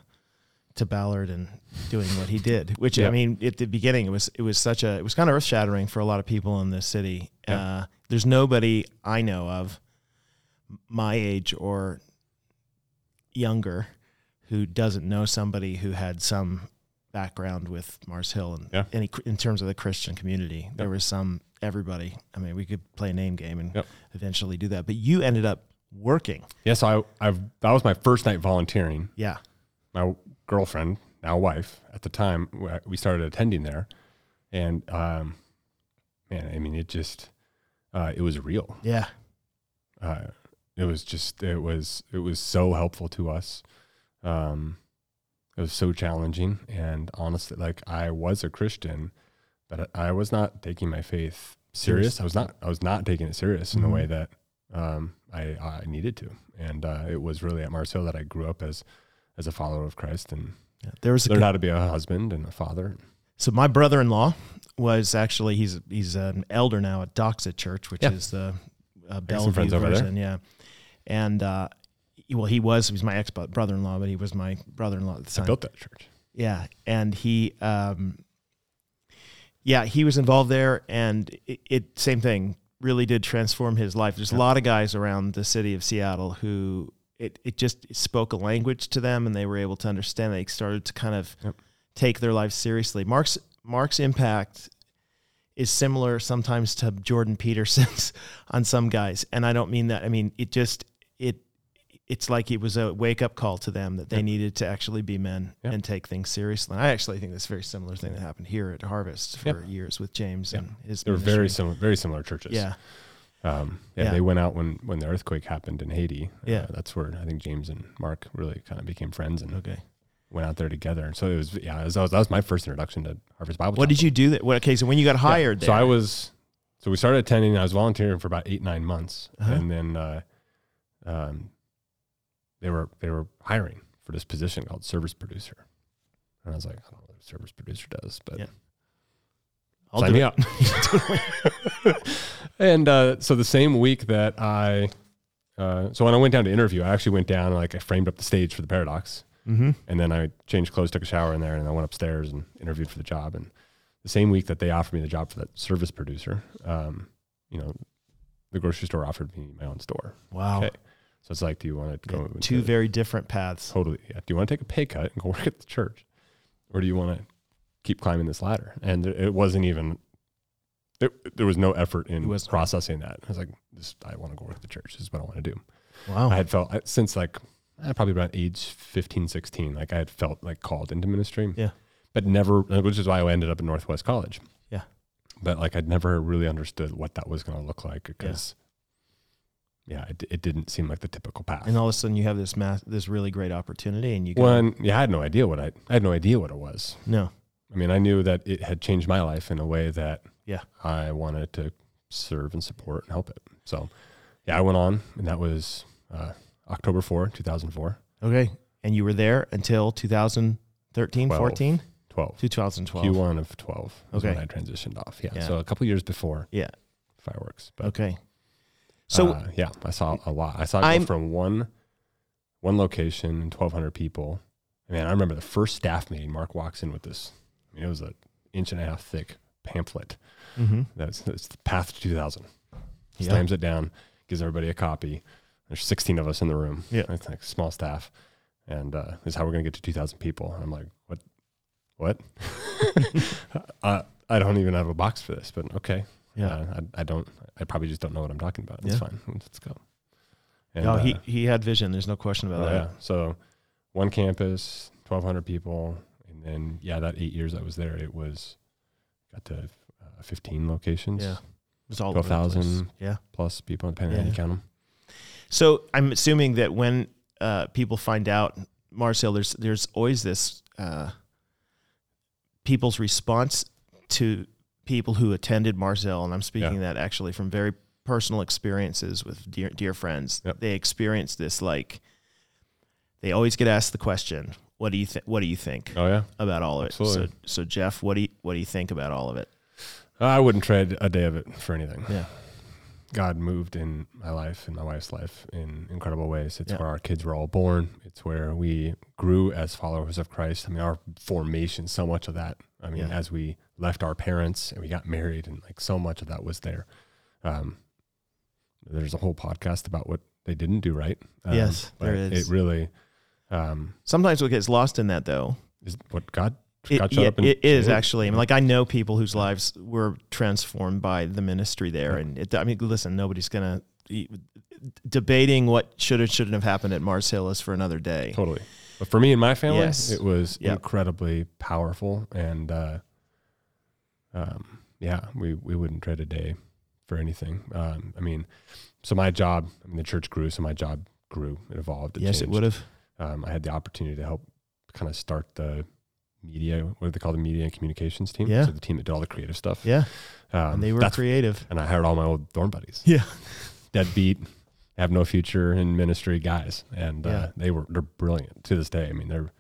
B: to Ballard and doing what he did, which I
C: Yeah.
B: mean, at the beginning, it was, it was such a, it was kind of earth shattering for a lot of people in this city.
C: Yeah.
B: Uh, there's nobody I know of my age or younger who doesn't know somebody who had some background with Mars Hill and
C: Yeah.
B: any in terms of the Christian community. There
C: Yep.
B: was some everybody. I mean, we could play a name game and
C: Yep.
B: eventually do that. But you ended up working.
C: Yeah, so I I've that was my first night volunteering.
B: Yeah.
C: my girlfriend, now wife, at the time w- we started attending there, and um, man, I mean, it just uh, it was real.
B: Yeah.
C: Uh, it was just it was it was so helpful to us. Um, it was so challenging, and honestly, like I was a Christian, but I I was not taking my faith serious. I was not I was not taking it serious in the way that um, I I needed to, and uh, it was really at Marcel that I grew up as as a follower of Christ and
B: Yeah. There was a
C: learned how to be a husband and a father.
B: So my brother-in-law was actually he's he's an elder now at Doxa Church, which
C: Yeah.
B: is the uh,
C: got
B: Bellevue
C: some friends over there.
B: version, yeah. And uh, he- well, he was he was my ex brother-in-law, but he was my brother-in-law at the time.
C: Built that church.
B: Yeah, and he, um, yeah, he was involved there, and it, it same thing really did transform his life. There's a lot of guys around the city of Seattle who it it just spoke a language to them, and they were able to understand. They started to kind of
C: Yep.
B: take their lives seriously. Mark's Mark's impact is similar sometimes to Jordan Peterson's on some guys, and I don't mean that. I mean it just it it's like it was a wake up call to them that they needed to actually be men
C: Yep.
B: and take things seriously. And I actually think that's a very similar thing that happened here at Harvest for
C: Yep.
B: years with James and his.
C: They were
B: ministry.
C: very similar, very similar churches.
B: Yeah,
C: Um, yeah,
B: Yeah.
C: They went out when, when the earthquake happened in Haiti. Uh,
B: Yeah.
C: that's where I think James and Mark really kind of became friends and
B: okay.
C: went out there together. And so it was, yeah, it was- that was, that was my first introduction to Harvest Bible.
B: What
C: Chapel.
B: did you do? That what? Okay, so when you got hired,
C: So
B: there-
C: I was, so we started attending. I was volunteering for about eight nine months,
B: Uh-huh.
C: and then uh, um, they were they were hiring for this position called service producer, and I was like, I don't know what a service producer does, but
B: Yeah. I'll
C: sign
B: do
C: me
B: it.
C: up. and uh, so the same week that I, uh, so when I went down to interview, I actually went down and like I framed up the stage for the paradox,
B: Mm-hmm.
C: and then I changed clothes, took a shower in there, and I went upstairs and interviewed for the job. And the same week that they offered me the job for that service producer, um, you know, the grocery store offered me my own store.
B: Wow,
C: Okay. So it's like, do you want to go into-
B: two very different paths.
C: totally? Yeah. Do you want to take a pay cut and go work at the church, or do you want to keep climbing this ladder? And there- it wasn't even. It, there was no effort
B: It
C: in
B: wasn't.
C: processing that. I was like, this, I want to go work at the church. This is what I want to do.
B: Wow,
C: I had felt I- since like eh, probably about age 15, 16, like I had felt like called into ministry.
B: Yeah.
C: But never, which is why I ended up at Northwest College.
B: Yeah.
C: But like I'd never really understood what that was going to look like because, yeah, it, it didn't seem like the typical path.
B: and all of a sudden you have this mass, this really great opportunity, and you go,
C: One, yeah, I had no idea what I, I had no idea what it was.
B: no,
C: I mean, I knew that it had changed my life in a way that
B: Yeah.
C: I wanted to serve and support and help it. So, yeah, I went on, and that was uh, October 4, 2004,
B: okay, and you were there until 2013,
C: Twelve.
B: 14,
C: 12.
B: 2012.
C: Q1 of 12 was
B: Okay.
C: when I transitioned off. Yeah.
B: Yeah.
C: So a couple years before
B: Yeah.
C: fireworks. But
B: Okay, so
C: uh, yeah, I saw a lot. I saw it
B: I'm-
C: go from one one location and 1,200 people. I mean, I remember the first staff meeting. Mark walks in with this. I mean, it was an inch and a half thick pamphlet.
B: mhm.
C: That's, that's the path to 2,000.
B: Yeah.
C: Slams it down, gives everybody a copy. There's 16 of us in the room.
B: Yeah.
C: It's like small staff, and uh, this is how we're gonna get to 2,000 people. And I'm like, what? What? I I don't even have a box for this, but okay.
B: yeah.
C: Uh, I, I don't. I probably just don't know what I'm talking about. It's
B: Yeah.
C: fine. Let's go. And,
B: No,
C: uh,
B: he, he had vision. There's no question about
C: oh,
B: that.
C: yeah. So one campus, 1,200 people, and then yeah, that eight years I was there, it was got to uh, 15 locations
B: Yeah. It was all over the
C: 12,000.
B: place. Yeah.
C: plus people, depending on how
B: Yeah.
C: you count them.
B: So I'm assuming that when uh, people find out, Marcel, there's there's always this uh, people's response to people who attended Marcel, and I'm speaking that actually from very personal experiences with dear dear friends.
C: Yep.
B: They experience this like they always get asked the question, "What do you think? What do you think
C: Oh yeah.
B: about all of it?" So,
C: Absolutely.
B: so Jeff, what do you what do you think about all of it?
C: I wouldn't trade a day of it for anything.
B: Yeah.
C: God moved in my life and my wife's life in incredible ways. It's
B: Yeah.
C: where our kids were all born. It's where we grew as followers of Christ. I mean, our formation, so much of that. I mean,
B: Yeah.
C: as we left our parents and we got married, and like so much of that was there. Um, there's a whole podcast about what they didn't do right. Um,
B: Yes,
C: but
B: there is.
C: It really um,
B: Sometimes what gets lost in that though
C: is what God.
B: It,
C: God showed
B: yeah,
C: up and
B: it is
C: did.
B: actually. I mean, like I know people whose lives were transformed by the ministry there,
C: Yeah.
B: and it, I mean, listen, nobody's gonna debating what should or shouldn't have happened at Mars Hill is for another day.
C: Totally. But for me and my family,
B: Yes.
C: it was
B: Yep.
C: incredibly powerful. And uh, um, yeah, we, we wouldn't trade a day for anything. Um, I mean, so my job, I mean, the church grew, so my job grew, it evolved. It
B: yes, it
C: changed.
B: would have.
C: Um, I had the opportunity to help kind of start the media, what do they call the media and communications team?
B: Yeah.
C: So the team that did all the creative stuff.
B: Yeah,
C: Um,
B: and they were
C: that's-
B: creative.
C: and I hired all my old dorm buddies.
B: Yeah.
C: Deadbeat, have no future in ministry guys, and
B: Yeah.
C: uh, they were they're brilliant to this day. I mean, they're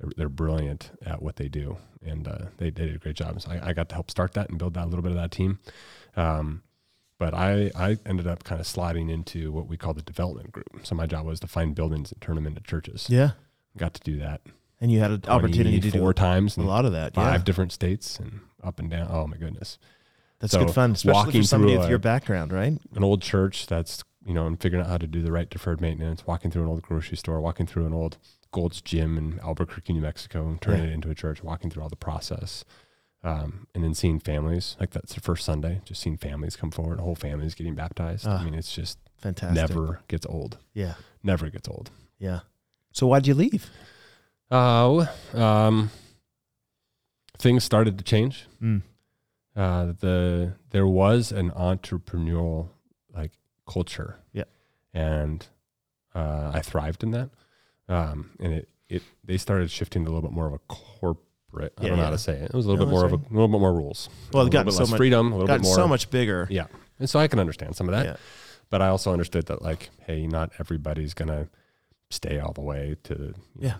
C: they're, they're brilliant at what they do, and uh, they, they did a great job. So I, I got to help start that and build that a little bit of that team. Um, but I I ended up kind of sliding into what we call the development group. So my job was to find buildings and turn them into churches.
B: Yeah,
C: Got to do that
B: and you had an opportunity to do
C: four times
B: a
C: in
B: lot of that. Yeah,
C: five different states and up and down. Oh my goodness.
B: that's
C: so
B: good fun, especially
C: walking
B: for somebody
C: through
B: with
C: a-
B: your background, right?
C: an old church that's you know and figuring out how to do the right deferred maintenance walking through an old grocery store walking through an old gold's gym in albuquerque new mexico and turning
B: Yeah.
C: it into a church walking through all the process um, and then seeing families like that's the first sunday just seeing families come forward whole families getting baptized
B: Ah,
C: i mean it's just
B: Fantastic.
C: never gets old
B: Yeah.
C: Never gets old.
B: Yeah. So why'd you leave? Oh,
C: Uh, w- um, things started to change.
B: Mm.
C: Uh, the there was an entrepreneurial like culture.
B: Yeah.
C: and uh, I thrived in that. Um, and it it they started shifting to a little bit more of a corporate. I
B: Yeah,
C: don't know how
B: yeah.
C: to say it. It was a little
B: No,
C: bit more
B: that's
C: of a little bit more rules.
B: Well,
C: a
B: it
C: little
B: got
C: bit
B: so
C: less
B: much
C: freedom. A little
B: got
C: bit more.
B: so much bigger.
C: Yeah, and so I can understand some of that
B: Yeah.
C: but I also understood that like, hey, not everybody's gonna stay all the way to you
B: Yeah.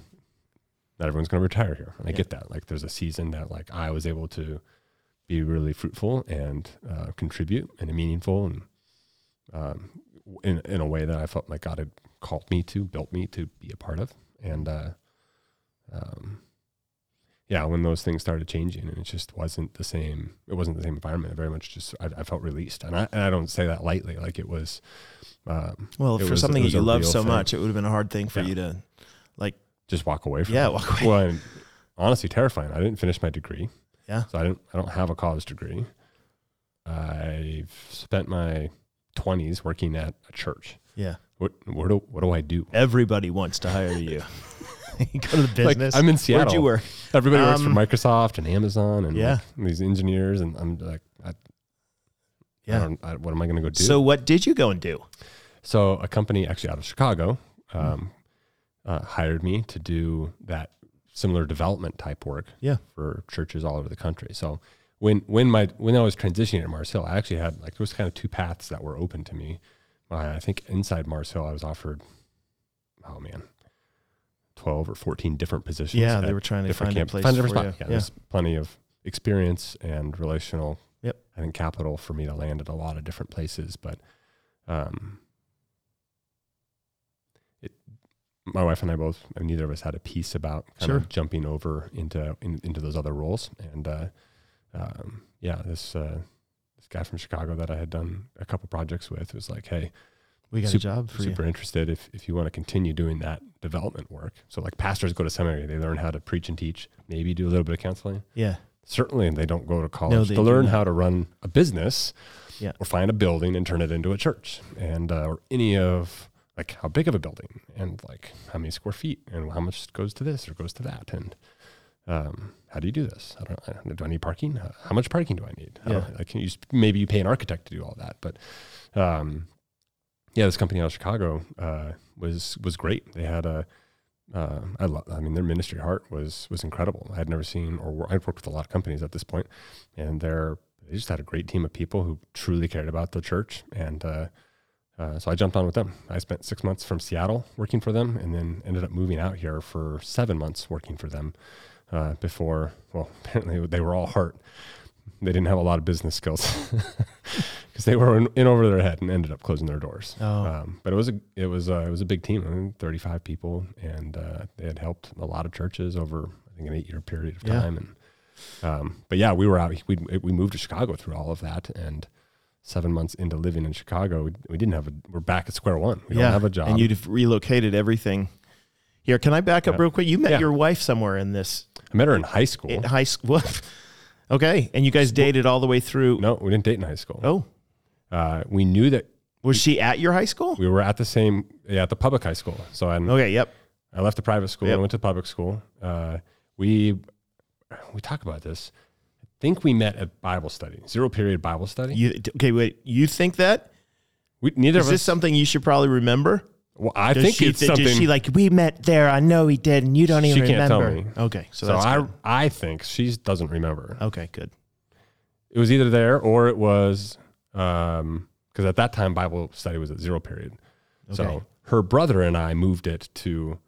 C: Not everyone's gonna retire here, and I
B: Yeah.
C: get that. Like, there's a season that like I was able to be really fruitful and uh, contribute and meaningful and um, in in a way that I felt like God had called me to, built me to be a part of, and uh, um, yeah, when those things started changing, and it just wasn't the same. It wasn't the same environment. I very much just I, I felt released, and I and I don't say that lightly. Like it was, um,
B: Well,
C: It
B: for
C: was-
B: something
C: it
B: that
C: was
B: you
C: a
B: love
C: real
B: so
C: thing.
B: much, it would have been a hard thing for
C: Yeah.
B: you to
C: just walk away from.
B: yeah
C: it.
B: walk away.
C: Well, and honestly, terrifying. I didn't finish my degree.
B: Yeah.
C: So I don't. I don't have a college degree. I've spent my twenties working at a church.
B: yeah.
C: What what do what do I do?
B: Everybody wants to hire you. you go to the
C: Like,
B: business.
C: I'm in
B: Where'd you
C: Seattle.
B: work?
C: Everybody
B: Um,
C: works for Microsoft and Amazon and
B: Yeah.
C: like, these engineers, and I'm like, I, I
B: Yeah.
C: don't, I, what am I going to go do?
B: So what did you go and do?
C: So a company actually out of Chicago um, uh, hired me to do that similar development type work
B: Yeah.
C: for churches all over the country. So when when my when I was transitioning at Mars Hill, I actually had like there was kind of two paths that were open to me. Uh, I think inside Mars Hill, I was offered oh man, twelve or fourteen different positions.
B: Yeah,
C: at
B: they were trying to
C: different
B: find a
C: camp-
B: place
C: find a
B: for
C: different
B: you.
C: spot. Yeah,
B: Yeah.
C: there's plenty of experience and relational.
B: Yep.
C: I think capital for me to land at a lot of different places, but um, it, my wife and I both, and neither of us had a piece about kind
B: Sure.
C: of jumping over into in, into those other roles. And uh, um, yeah, this uh, this guy from Chicago that I had done a couple projects with was like, hey,
B: We got
C: Sup-
B: a job for you.
C: super interested if, if you want to continue doing that development work. So like pastors go to seminary, they learn how to preach and teach, maybe do a little bit of counseling.
B: Yeah.
C: Certainly they don't go to college
B: they
C: to
B: do
C: learn
B: not.
C: how to run a business
B: Yeah.
C: or find a building and turn it into a church and uh, or any of like how big of a building and like how many square feet and how much goes to this or goes to that and um, how do you do this? I don't, I don't know. Do I need parking? How- How much parking do I need? How,
B: Yeah.
C: like, can you, s- maybe you pay an architect to do all that, but um, yeah, this company out of Chicago uh, was was great. They had a, uh, I love, I mean, their ministry heart was was incredible. I had never seen or wor- I'd worked with a lot of companies at this point, and they're they just had a great team of people who truly cared about the church, and uh, uh, so I jumped on with them. I spent six months from Seattle working for them, and then ended up moving out here for seven months working for them. Uh, before, well, apparently they were all hurt. They didn't have a lot of business skills because they were in, in over their head and ended up closing their doors.
B: Oh.
C: Um, but it was a it was a, it was a big team, I mean, 35 people, and uh, they had helped a lot of churches over I think an eight year period of
B: Yeah.
C: time. And um, but yeah, we were out. We we moved to Chicago through all of that, and seven months into living in Chicago, we, we didn't have a. We're back at square one. We
B: yeah.
C: don't have a job.
B: And you'd have relocated everything. Here, can I back up
C: Yeah.
B: real quick? You met
C: Yeah.
B: your wife somewhere in this
C: I met her in high school.
B: in high school. okay. And you guys dated all the way through.
C: no, we didn't date in high school.
B: Oh,
C: Uh, we knew that
B: was she at your high school?
C: we were at the same yeah, at the public high school. So I,
B: Okay. Yep.
C: I left the private school.
B: Yep.
C: I went to public school. Uh, we we talk about this. I think we met at Bible study, zero period Bible study.
B: You okay? Wait. You think that
C: we, neither
B: is
C: of
B: this
C: us.
B: something you should probably remember?
C: well, I
B: Does
C: think
B: she,
C: it's
B: does
C: something.
B: she like we met there? I know he did, and you don't even
C: She can't tell
B: remember.
C: me.
B: Okay, so,
C: so
B: that's
C: I
B: good.
C: I think she doesn't remember.
B: okay. Good.
C: it was either there or it was because at that time Bible study was at zero period.
B: Okay.
C: So her brother and I moved it to.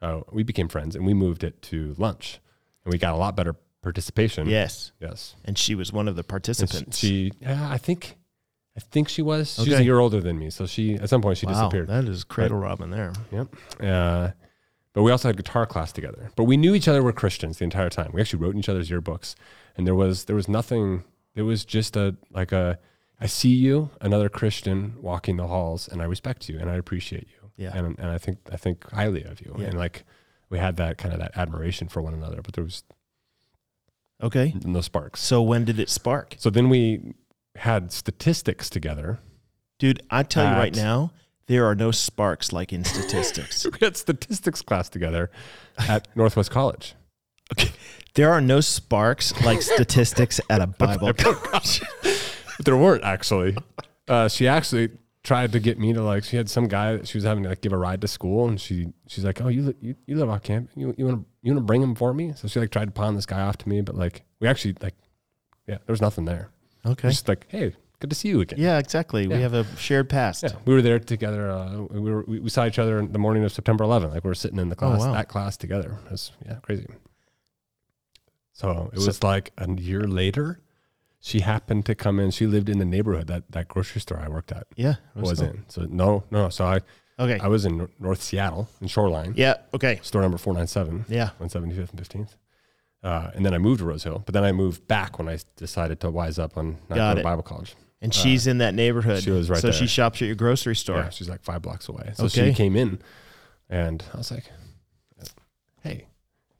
C: Uh, we became friends and we moved it to lunch, and we got a lot better participation.
B: Yes,
C: Yes.
B: and she was one of the
C: Hmm. And
B: participants.
C: She, yeah, I think, I think she was. She's
B: Okay.
C: a year older than me, so she at some point she
B: wow,
C: disappeared.
B: that is cradle robbing there.
C: Yep. Uh, but we also had guitar class together. But we knew each other were Christians the entire time. We actually wrote in each other's yearbooks, and there was there was nothing. There was just a like a I see you, another Christian walking the halls, and I respect you and I appreciate you.
B: Yeah.
C: And and I think I think highly of you.
B: Yeah.
C: And like we had that kind of that admiration for one another, but there was
B: Okay,
C: no sparks.
B: so when did it spark,
C: So then we had statistics together.
B: dude? I tell you
C: At-
B: right now, There are no sparks like in statistics.
C: We had statistics class together at Northwest College.
B: there are no sparks like statistics at a Bible college.
C: But there weren't actually. Uh, she actually tried to get me to like. She had some guy that she was having to like give a ride to school, and she she's like, "Oh, you li- you, you live off camp. You you want to you want to bring him for me?" So she like tried to pawn this guy off to me, but like we actually like, yeah, there was nothing there.
B: Okay.
C: Just like, hey, good to see you again.
B: Yeah, exactly. We
C: Yeah.
B: have a shared past.
C: Yeah, we were there together. Uh, we were we, we saw each other in the morning of September 11. Like we were sitting in the class
B: Oh, wow.
C: that class together. It was yeah crazy. So it was like a year later. She happened to come in. She lived in the neighborhood that that grocery store I worked at
B: Yeah. it
C: was
B: cool.
C: in. So no, no. So I
B: Okay.
C: I was in Nor- North Seattle in Shoreline,
B: yeah. Okay.
C: store number 497,
B: Yeah.
C: 175th and 15th. Uh, and then I moved to Rose Hill, but then I moved back when I s- decided to wise up on not
B: Got
C: going
B: it.
C: to Bible college.
B: And she's in that neighborhood.
C: Uh, she was right
B: So she
C: there.
B: shops at your grocery store.
C: Yeah, she's like five blocks away. So
B: Okay.
C: she came in and I was like, hey,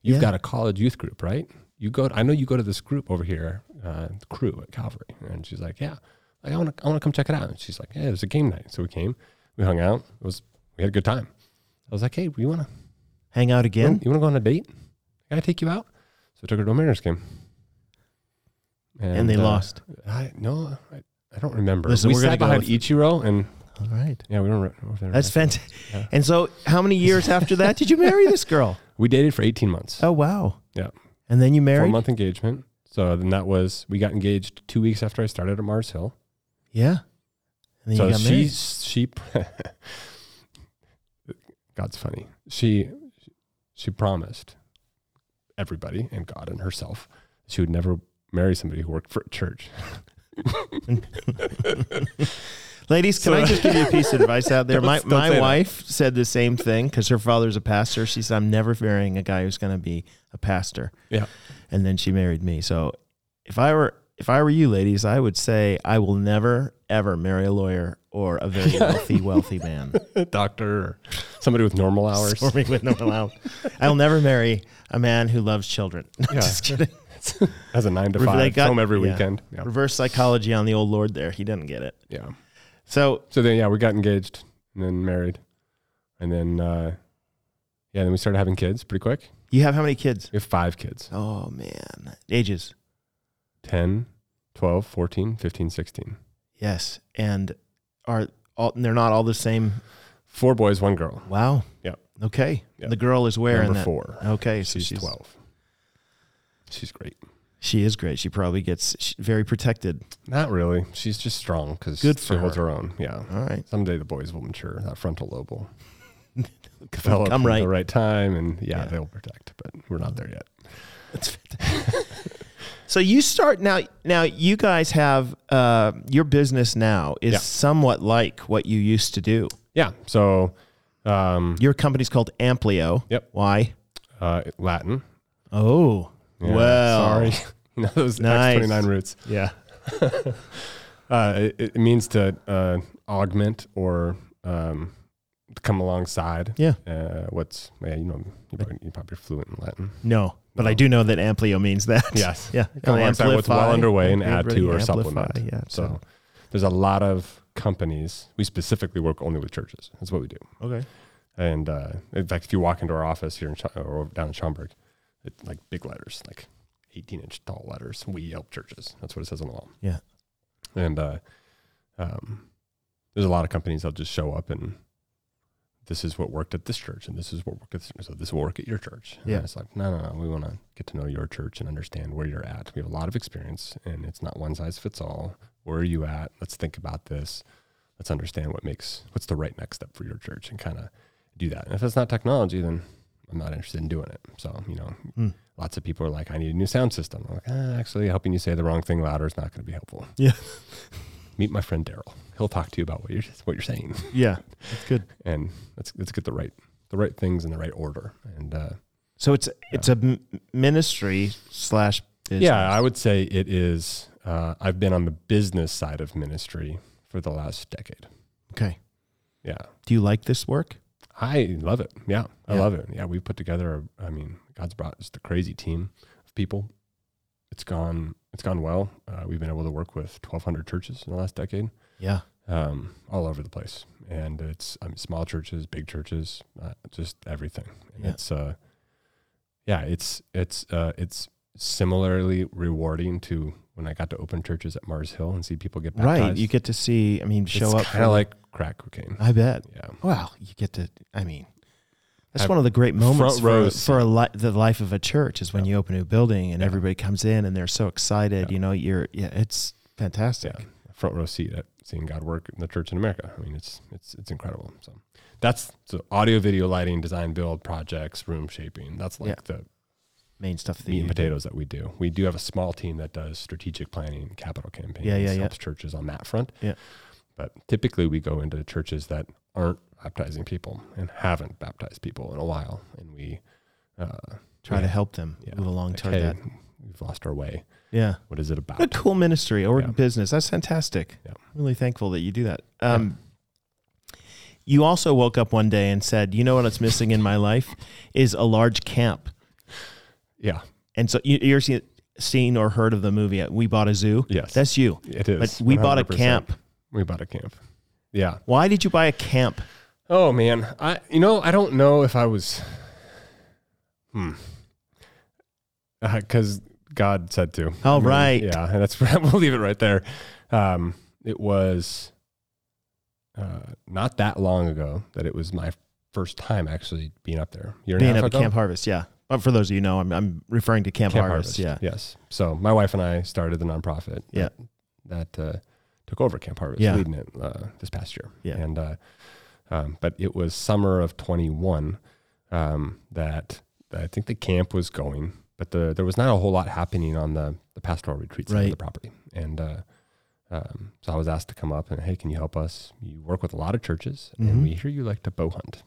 C: you've
B: Yeah.
C: got a college youth group, right? You go, I know you go to this group over here, uh, the crew at Calvary. And she's like, yeah, like, I want to, I want to come check it out. And she's like, yeah, there's a game night. So we came, we hung out. It was, we had a good time. I was like, hey, you want to,
B: Hang out
C: You
B: again.
C: wanna- You want to go on a date? Can I take you out? So I took her to a Mariners game.
B: And, they
C: uh,
B: lost.
C: I no, I, I don't remember.
B: Listen,
C: we
B: we're gonna
C: sat
B: go
C: behind
B: with-
C: Ichiro, and
B: All right.
C: yeah, we were over there.
B: That's fantastic. And so, how many years after that did you marry this girl?
C: we dated for eighteen months,
B: Oh, wow.
C: Yeah.
B: And then you
C: four
B: married?
C: month engagement. So then that was we got engaged two weeks after I started at Mars Hill.
B: Yeah. And then
C: so
B: you got
C: she
B: married.
C: she God's funny. She she promised everybody and God and herself she would never marry somebody who worked for a church.
B: Ladies, can I just give you a piece of advice out there?
C: Don't-
B: My,
C: don't say
B: my
C: that.
B: wife said the same thing because her father's a pastor. She said, I'm never marrying a guy who's going to be a pastor.
C: Yeah.
B: And then she married me. So if I were if I were you ladies, I would say I will never ever marry a lawyer or a very wealthy wealthy man.
C: doctor or somebody with normal hours.
B: Stormy with no allowance. I'll never marry a man who loves children. No,
C: Yeah.
B: Just kidding.
C: Has a nine to
B: They
C: five
B: got-
C: home every
B: yeah.
C: weekend. Yeah.
B: Reverse psychology on the old lord there. He doesn't get it.
C: yeah.
B: So
C: So then, yeah, we got engaged and then married, and then uh, yeah, then we started having kids pretty quick.
B: you have how many kids?
C: We have five kids:
B: Oh man. Ages.
C: 10, 12, 14, 15, 16.
B: Yes, and are all they're not all the same.
C: Four boys, one girl.
B: Wow.
C: Yep.
B: Okay.
C: Yep.
B: The girl is where in
C: Number
B: that?
C: four.
B: Okay, so
C: She's,
B: she's,
C: twelve. She's great.
B: She is great. She probably gets sh very protected.
C: Not really. She's just strong because
B: Good
C: she
B: for
C: holds
B: her.
C: her. own. Yeah.
B: All right.
C: Someday the boys will mature. That frontal lobe will develop
B: Come
C: at
B: right.
C: the right time, and
B: Yeah.
C: yeah, they'll protect. But we're not there yet.
B: That's fantastic. so you start now. Now you guys have uh, your business now is
C: Yeah.
B: somewhat like what you used to do.
C: Yeah. So, um,
B: Your company's called Amplio.
C: Yep.
B: Why?
C: uh, Latin.
B: Oh,
C: Yeah,
B: well.
C: sorry. you know those
B: Nice.
C: X29 roots.
B: Yeah.
C: Uh, it, it means to uh, augment or um, come alongside.
B: Yeah.
C: Uh, what's yeah? You know, you're probably, you're probably fluent in Latin.
B: No, but I do know that Amplio means that.
C: Yes.
B: Yeah.
C: Come alongside what's well
B: Amplify,
C: underway and add to or
B: amplify,
C: supplement.
B: Yeah.
C: So there's a lot of companies. We specifically work only with churches. That's what we do.
B: okay.
C: And uh, in fact, if you walk into our office here in Scha- or down in Schaumburg, it's like big letters, like 18 inch tall letters. We help churches. That's what it says on the wall.
B: Yeah.
C: And uh, um, there's a lot of companies that'll just show up and this is what worked at this church, and this is what worked at this, so this will work at your church. And
B: Yeah.
C: it's like no, no, no. We want to get to know your church and understand where you're at. We have a lot of experience, and it's not one size fits all. Where are you at? Let's think about this. Let's understand what makes what's the right next step for your church, and kind of do that. And if it's not technology, then I'm not interested in doing it. So, you know,
B: Hmm.
C: lots of people are like, I need a new sound system. I'm like, ah, actually, helping you say the wrong thing louder is not going to be helpful.
B: Yeah.
C: Meet my friend Daryl. He'll talk to you about what you're what you're saying,
B: Yeah. That's good.
C: and let's let's get the right the right things in the right order. And uh,
B: So it's it's a m- ministry slash business.
C: yeah, I would say it is. Uh, I've been on the business side of ministry for the last decade.
B: Okay.
C: Yeah,
B: Do you like this work?
C: I love it. Yeah, I
B: Yeah.
C: love it. Yeah, we've put together. A, I mean, God's brought just a crazy team of people. It's gone. It's gone well. Uh, we've been able to work with 1,200 churches in the last decade.
B: Yeah.
C: um, all over the place. And it's I mean, small churches, big churches, uh, just everything. And
B: Yeah.
C: It's uh, yeah, it's it's uh, it's similarly rewarding to when I got to open churches at Mars Hill and see people get baptized.
B: Right. You get to see, I mean, show
C: it's
B: up.
C: kind
B: for- Uh,
C: of like crack cocaine.
B: I bet.
C: Yeah,
B: Wow. You get to, I mean, that's
C: Have
B: one of the great moments
C: front
B: for,
C: row
B: for a li- the life of a church is when you open a new building and everybody comes in and they're so excited.
C: Yeah.
B: You know, you're, yeah, it's fantastic.
C: yeah, front row seat at seeing God work in the church in America. I mean, it's it's it's incredible. So that's so audio, video, lighting, design, build, projects, room shaping. That's like
B: Yeah.
C: the
B: Main stuff that
C: meat
B: you
C: and
B: do.
C: potatoes that we do. We do have a small team that does strategic planning, capital campaigns,
B: Yeah, yeah, yeah.
C: helps churches on that front.
B: Yeah.
C: But typically we go into churches that aren't baptizing people and haven't baptized people in a while. And we uh,
B: try
C: we-
B: to help them
C: yeah,
B: move along
C: like,
B: toward
C: "Hey,
B: that.
C: We've lost our way.
B: Yeah.
C: What is it about?
B: What a cool ministry or
C: Yeah.
B: business. That's fantastic.
C: Yeah.
B: Really thankful that you do that. Um, You also woke up one day and said, "You know what? It's missing in my life is a large camp."
C: yeah.
B: And so you, you're seeing, seen or heard of the movie uh, "We Bought a Zoo."
C: Yes.
B: that's you.
C: It is.
B: But we bought a
C: 100%.
B: camp.
C: We bought a camp. Yeah.
B: Why did you buy a camp?
C: Oh man, I you know I don't know if I was, hmm, because God said to.
B: Oh,
C: I mean,
B: right.
C: yeah, and that's we'll leave it right there. Um, it was uh, not that long ago that it was my first time actually being up there. Year and
B: Being
C: a half
B: up at
C: ago?
B: Camp Harvest, yeah. Well, for those of you who know, I'm, I'm referring to Camp, Harvest, Yeah,
C: Yes. So my wife and I started the nonprofit.
B: Yeah.
C: That, that, uh, took over Camp Harvest,
B: Yeah.
C: leading it uh, this past year.
B: Yeah.
C: And uh, um, but it was summer of 21 um, that that I think the camp was going, but the there was not a whole lot happening on the the pastoral retreat side of
B: Right.
C: the property. And uh, um, so I was asked to come up and hey, can you help us? You work with a lot of churches,
B: Mhm.
C: and we hear you like to bow hunt.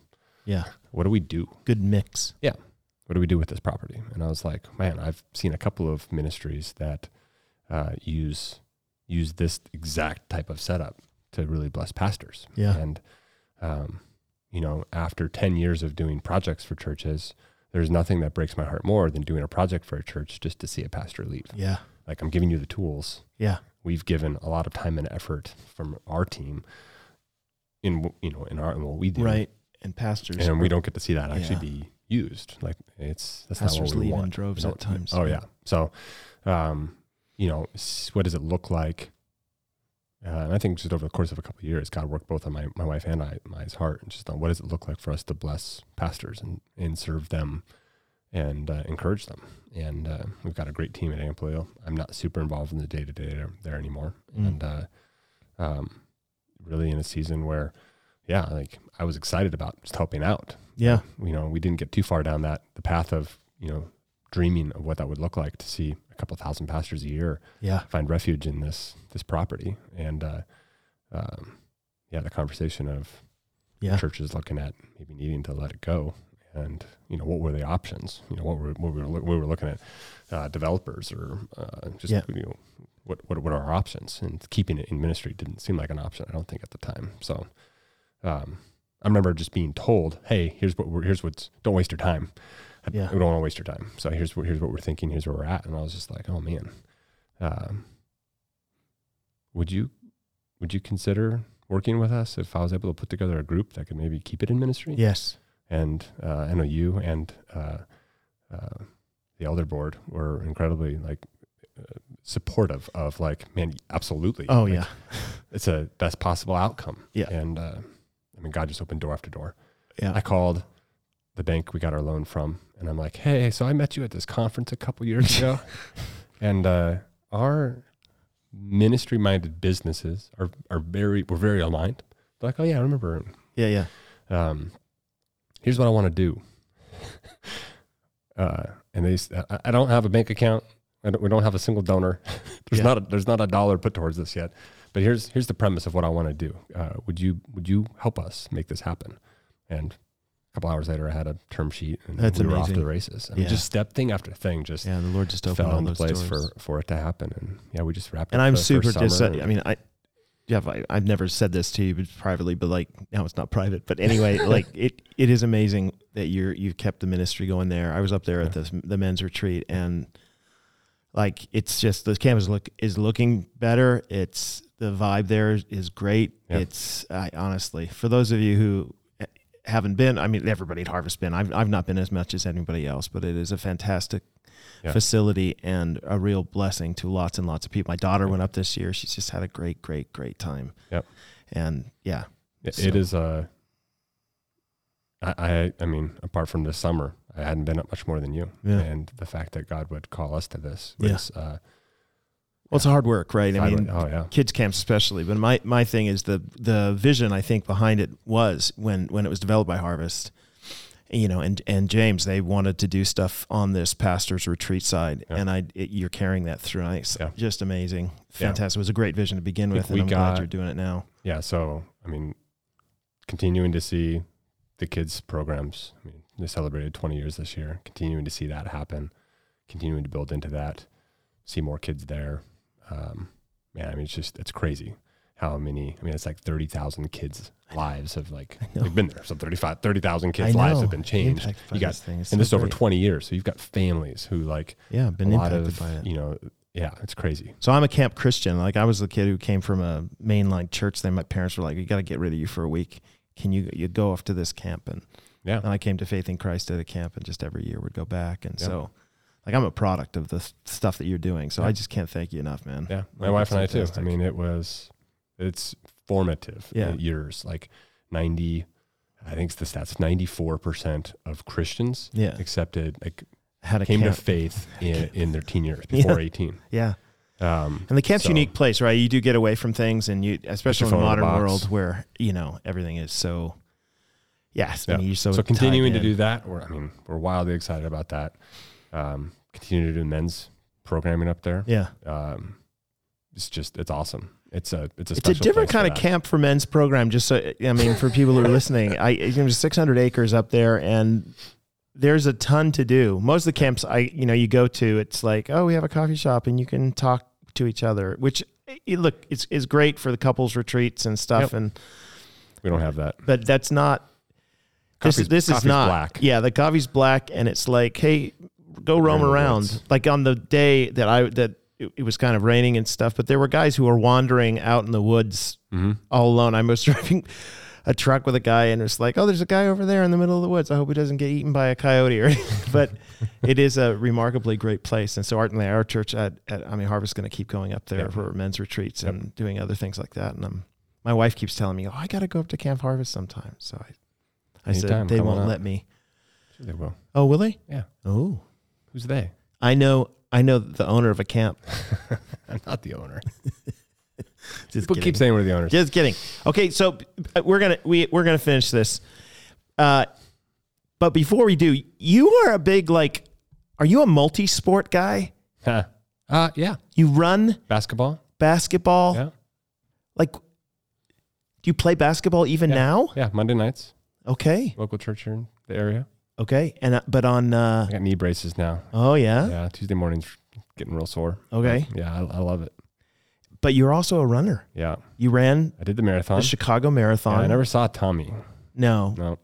B: yeah.
C: What do we do?
B: Good mix.
C: what do we do with this property? And I was like, man, I've seen a couple of ministries that uh, use use this exact type of setup to really bless pastors.
B: Yeah.
C: And um, you know, after ten years of doing projects for churches, there's nothing that breaks my heart more than doing a project for a church just to see a pastor leave.
B: Yeah,
C: Like I'm giving you the tools.
B: yeah,
C: We've given a lot of time and effort from our team in w- you know in our in what we do,
B: right. And pastors,
C: And we don't get to see that actually
B: Yeah.
C: be used. Like it's that's not
B: pastors
C: what we
B: leave
C: want.
B: in droves
C: You know,
B: at times.
C: Oh yeah. So, um, you know, s- what does it look like? Uh, and I think just over the course of a couple of years, God worked both on my, my wife and I, my heart, and just on what does it look like for us to bless pastors and, and serve them and uh, encourage them. And uh, we've got a great team at Amplio. I'm not super involved in the day to day there- there anymore.
B: Mm.
C: And uh, um, really in a season where, yeah, like I was excited about just helping out
B: yeah.
C: you know, we didn't get too far down that the path of, you know, dreaming of what that would look like to see a couple thousand pastors a year
B: Yeah.
C: find refuge in this this property. And uh um yeah, the conversation of
B: Yeah.
C: churches looking at maybe needing to let it go and you know what were the options you know what were what we were, loo- we were looking at uh, developers or uh, just
B: Yeah.
C: you know what, what what are our options and keeping it in ministry didn't seem like an option I don't think at the time so um, I remember just being told hey here's what we're here's what's don't waste your time I-
B: Yeah.
C: we don't want to waste your time so here's what here's what we're thinking here's where we're at and I was just like oh man um, would you would you consider working with us if I was able to put together a group that could maybe keep it in ministry
B: Yes.
C: and uh, I know you and uh, uh, the elder board were incredibly like uh, supportive of like man absolutely
B: Oh
C: Like,
B: yeah.
C: it's a best possible outcome
B: Yeah.
C: and uh, I mean God just opened door after door
B: Yeah.
C: I called the bank we got our loan from and I'm like hey so I met you at this conference a couple years ago and uh, our ministry minded businesses are are very we're very aligned They're like oh yeah I remember
B: yeah. Yeah.
C: um, here's what I want to do. uh, and they, s- I- I don't have a bank account. I don't, we don't have a single donor. there's
B: Yeah.
C: not, a, there's not a dollar put towards this yet. But here's, here's the premise of what I want to do. Uh, would you, would you help us make this happen? And a couple hours later, I had a term sheet and
B: That's
C: we were off to
B: amazing.
C: the races. I mean,
B: Yeah.
C: just step thing after thing, just
B: Yeah, the Lord just opened
C: fell
B: all
C: into
B: those
C: place
B: doors.
C: for, for it to happen. And yeah, we just wrapped.
B: and
C: up
B: I'm
C: the first
B: super
C: summer
B: dis- I
C: and-
B: mean, I Jeff, I, I've never said this to you but privately, but like now it's not private. But anyway, like it, it is amazing that you're you've kept the ministry going there. I was up there at the the men's retreat, and like it's just the campus look is looking better. It's the vibe there is- is great.
C: Yeah.
B: It's I, honestly for those of you who haven't been. I mean, everybody at Harvest been. I've I've not been as much as anybody else, but it is a fantastic
C: Yeah.
B: facility and a real blessing to lots and lots of people. My daughter went up this year. She's just had a great, great, great time.
C: Yep.
B: And yeah,
C: It,
B: So-
C: it is uh I, I I mean, apart from this summer, I hadn't been up much more than you.
B: Yeah.
C: And the fact that God would call us to this
B: Yeah.
C: is uh
B: well, it's hard work, right? I mean,
C: oh yeah.
B: kids camps especially but my, my thing is the the vision i think behind it was when when it was developed by harvest you know and and james they wanted to do stuff on this pastor's retreat side
C: Yeah.
B: and i it, you're carrying that through and it's
C: Yeah.
B: just amazing fantastic it was a great vision to begin
C: think
B: with and
C: we
B: i'm
C: got-
B: glad you're doing it now
C: Yeah, so I mean continuing to see the kids programs. I mean, they celebrated 20 years this year. Continuing to see that happen, continuing to build into that, see more kids there. Um man, I mean it's just it's crazy how many I mean it's like 30,000 kids lives have like
B: know.
C: they've been there. So 35 30,000 kids lives have been changed. You got
B: things
C: and this is over 20 years. So you've got families who like
B: yeah been
C: a lot
B: impacted
C: of,
B: by it
C: you know, yeah, it's crazy.
B: So I'm a camp Christian. Like I was the kid who came from a mainline church. Then my parents were like, "You got to get rid of you for a week. Can you you go off to this camp?" And
C: Yeah.
B: and I came to faith in Christ at a camp, and just every year would go back. And
C: Yeah.
B: so, like I'm a product of the s- stuff that you're doing. So
C: Yeah.
B: I just can't thank you enough, man.
C: Yeah. My
B: Like,
C: wife
B: it's
C: and I too.
B: fantastic.
C: I mean, it was, it's formative
B: Yeah.
C: years, like 90, I think it's the stats, 94% of Christians
B: Yeah,
C: accepted, like
B: had a
C: came
B: camp.
C: to faith in, in their teen years before 18.
B: yeah,
C: Um,
B: and the camp's
C: So-
B: unique place, right? You do get away from things, and you, especially in
C: phone
B: the
C: in the
B: modern
C: box.
B: world where you know everything is so. Yes, I
C: Yeah.
B: mean, you're so
C: so continuing
B: tied
C: to
B: in.
C: do that, we're, I mean, we're wildly excited about that. Um, continue to do men's programming up there.
B: Yeah,
C: um, it's just it's awesome. It's a
B: it's
C: it's a
B: a
C: special
B: different
C: place
B: kind
C: for
B: of
C: that.
B: camp for men's program. Just so I mean, for people who are listening, I you know, there's 600 acres up there, and there's a ton to do. Most of the camps I you know you go to, it's like oh we have a coffee shop and you can talk to each other, which eh, look it's is great for the couples retreats and stuff,
C: Yep.
B: and
C: We don't have that.
B: but that's not
C: Coffee's-
B: this, this is
C: coffee's
B: not
C: black.
B: yeah the coffee's black and it's like hey go roam
C: in the
B: around
C: woods.
B: like on the day that I that it, it was kind of raining and stuff but there were guys who were wandering out in the woods
C: Mm-hmm.
B: all alone I was driving a truck with a guy and it's like oh there's a guy over there in the middle of the woods I hope he doesn't get eaten by a coyote or but it is a remarkably great place and so Art and Lay, our church at, at I mean Harvest going to keep going up there
C: Yep.
B: for men's retreats and doing other things like that and I'm my wife keeps telling me, "Oh, I got to go up to Camp Harvest sometime." So I, I said
C: Anytime,
B: they
C: come on
B: won't
C: up."
B: let me.
C: They will.
B: Oh, will they?
C: Yeah.
B: Oh,
C: Who's they?
B: I know. I know the owner of a camp.
C: I'm not the owner.
B: Just
C: People keep saying we're the owners.
B: Just kidding. Okay, so uh, we're gonna we we're gonna finish this. Uh, but before we do, you are a big like. Are you a multi-sport guy?
C: Huh. uh, yeah.
B: You run
C: Basketball.
B: basketball.
C: Yeah.
B: Like, do you play basketball even
C: Yeah.
B: now?
C: Yeah. Monday nights.
B: Okay.
C: Local church here in the area.
B: Okay. And uh, but on. Uh,
C: I got knee braces now.
B: oh yeah.
C: Yeah. Tuesday mornings getting real sore.
B: Okay.
C: Yeah. I, I love it.
B: But you're also a runner.
C: Yeah.
B: You ran
C: I did the
B: the
C: marathon.
B: Chicago
C: Yeah,
B: Marathon.
C: I never saw Tommy.
B: no,
C: No.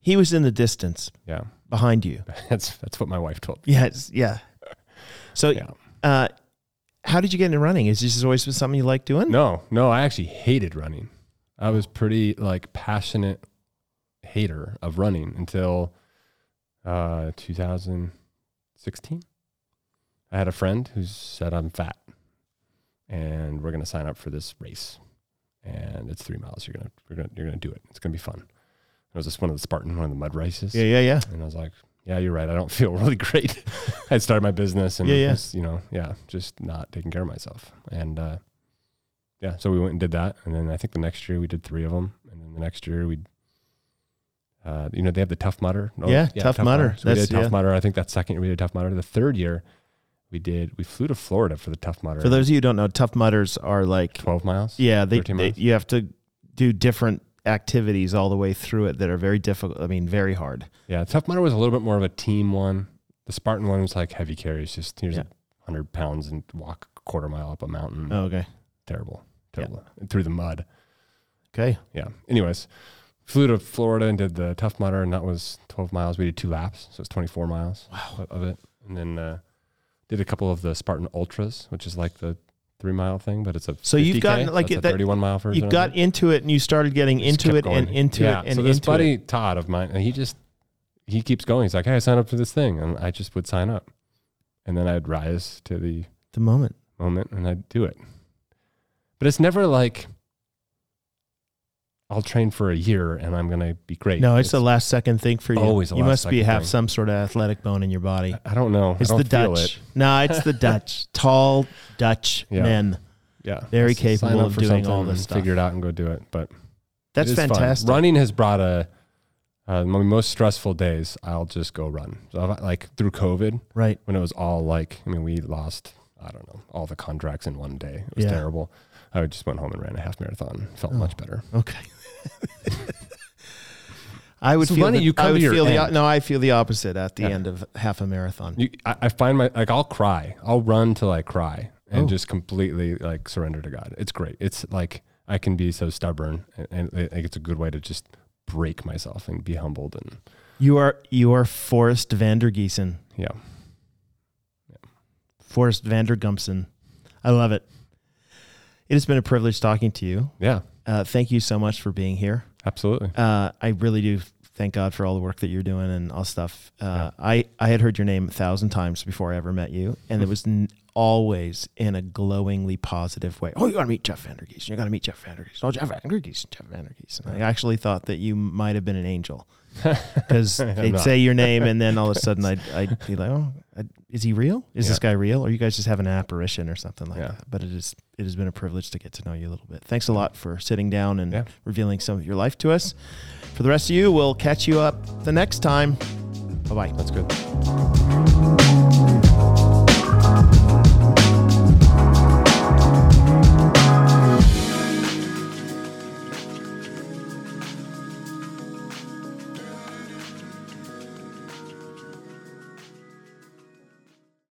B: he was in the distance
C: Yeah.
B: behind you.
C: That's that's what my wife told me.
B: Yes, yeah. So,
C: Yeah.
B: uh, how did you get into running? Is this always been something you like doing?
C: No, no, I actually hated running. I was pretty like passionate hater of running until uh 2016. I had a friend who said I'm fat and we're going to sign up for this race. And it's 3 miles. You're going to you're going to you're going to do it. It's going to be fun. It was just one of the Spartan, one of the mud races.
B: Yeah, yeah, yeah.
C: And I was like, yeah, you're right. I don't feel really great. I started my business and,
B: Yeah, yeah.
C: Was, you know, yeah, just not taking care of myself. And, uh, yeah, so we went and did that. And then I think the next year we did three of them. And then the next year we, uh, you know, they have the Tough Mudder. No,
B: Yeah, Tough Mudder.
C: So we
B: That's-
C: did Tough
B: yeah.
C: Mudder. I think that second year we did Tough Mudder. The third year we did, we flew to Florida for the Tough Mudder.
B: For those of you who don't know, tough mutters are like,
C: 12 miles.
B: yeah, they,
C: 13
B: they-
C: miles.
B: you have to do different activities all the way through it that are very difficult. I mean, very hard.
C: Yeah, Tough Mudder was a little bit more of a team one. The Spartan one was like heavy carries, just here's
B: Yeah.
C: a 100 pounds and walk a quarter mile up a mountain.
B: Oh, okay,
C: terrible,
B: Yeah.
C: terrible through the mud.
B: okay,
C: Yeah. Anyways, flew to Florida and did the Tough Mudder, and that was 12 miles. We did two laps, so it's 24 miles of- of it, and then uh, did a couple of the Spartan Ultras, which is like the three mile thing, but it's a
B: So you've
C: 50K.
B: gotten, like,
C: That's a
B: that-
C: thirty-one mile version.
B: You
C: of
B: got
C: it.
B: into it and you started getting
C: Just
B: into it
C: kept
B: and
C: going.
B: into
C: Yeah.
B: it and
C: so this
B: into
C: buddy
B: it.
C: Todd of mine, and he just he keeps going. He's like, "Hey, I signed up for this thing," and I just would sign up, and then I'd rise to the
B: The moment.
C: moment and I'd do it. But it's never like I'll train for a year and I'm gonna be great.
B: No, it's, the last second thing for you.
C: always a
B: you
C: last
B: must be
C: second
B: have
C: thing.
B: some sort of athletic bone in your body.
C: I don't know.
B: It's
C: I
B: the
C: don't feel
B: Dutch.
C: it.
B: No, it's the Dutch. Tall Dutch
C: Yeah.
B: men.
C: Yeah,
B: Very
C: Just sign
B: capable
C: up
B: of
C: for
B: doing
C: something
B: all this
C: and
B: stuff.
C: Figure it out and go do it. But
B: That's
C: It is fun.
B: fantastic.
C: Running has brought a uh, my most stressful days. I'll just go run. So I've, like through COVID,
B: Right.
C: when it was all like, I mean, we lost I don't know all the contracts in one day. It was
B: Yeah.
C: terrible. I would just went home and ran a half marathon. Felt
B: Oh.
C: much better.
B: Okay. I would
C: So
B: feel
C: why don't
B: the,
C: you come
B: I would
C: to your
B: feel the
C: end?
B: no, I feel the opposite at the
C: Yeah.
B: end of half a marathon.
C: You, I, I find my like I'll cry. I'll run till I cry and
B: Oh.
C: just completely like surrender to God. It's great. It's like I can be so stubborn, and, and it, like, it's a good way to just break myself and be humbled and
B: You are you are Forrest Vandergeesen.
C: yeah.
B: Forrest Vandergumpson. I love it. It has been a privilege talking to you.
C: Yeah,
B: Uh, thank you so much for being here.
C: absolutely.
B: Uh, I really do thank God for all the work that you're doing and all stuff. Uh, I, I had heard your name a thousand times before I ever met you, and
C: Hmm.
B: it was n- always in a glowingly positive way. Oh, you got to meet Jeff Vandergees. You got to meet Jeff Vandergees. Oh, Jeff Vandergees. Jeff Vandergees. And I actually thought that you might have been an angel because they'd
C: not.
B: say your name, and then all of a sudden I'd, I'd be like, oh, I- is he real? Is this guy real? Or you guys just have an apparition or something like
C: Yeah.
B: that? But it is it has been a privilege to get to know you a little bit. Thanks a lot for sitting down and
C: Yeah.
B: revealing some of your life to us. For the rest of you, we'll catch you up the next time. Bye bye.
C: That's good.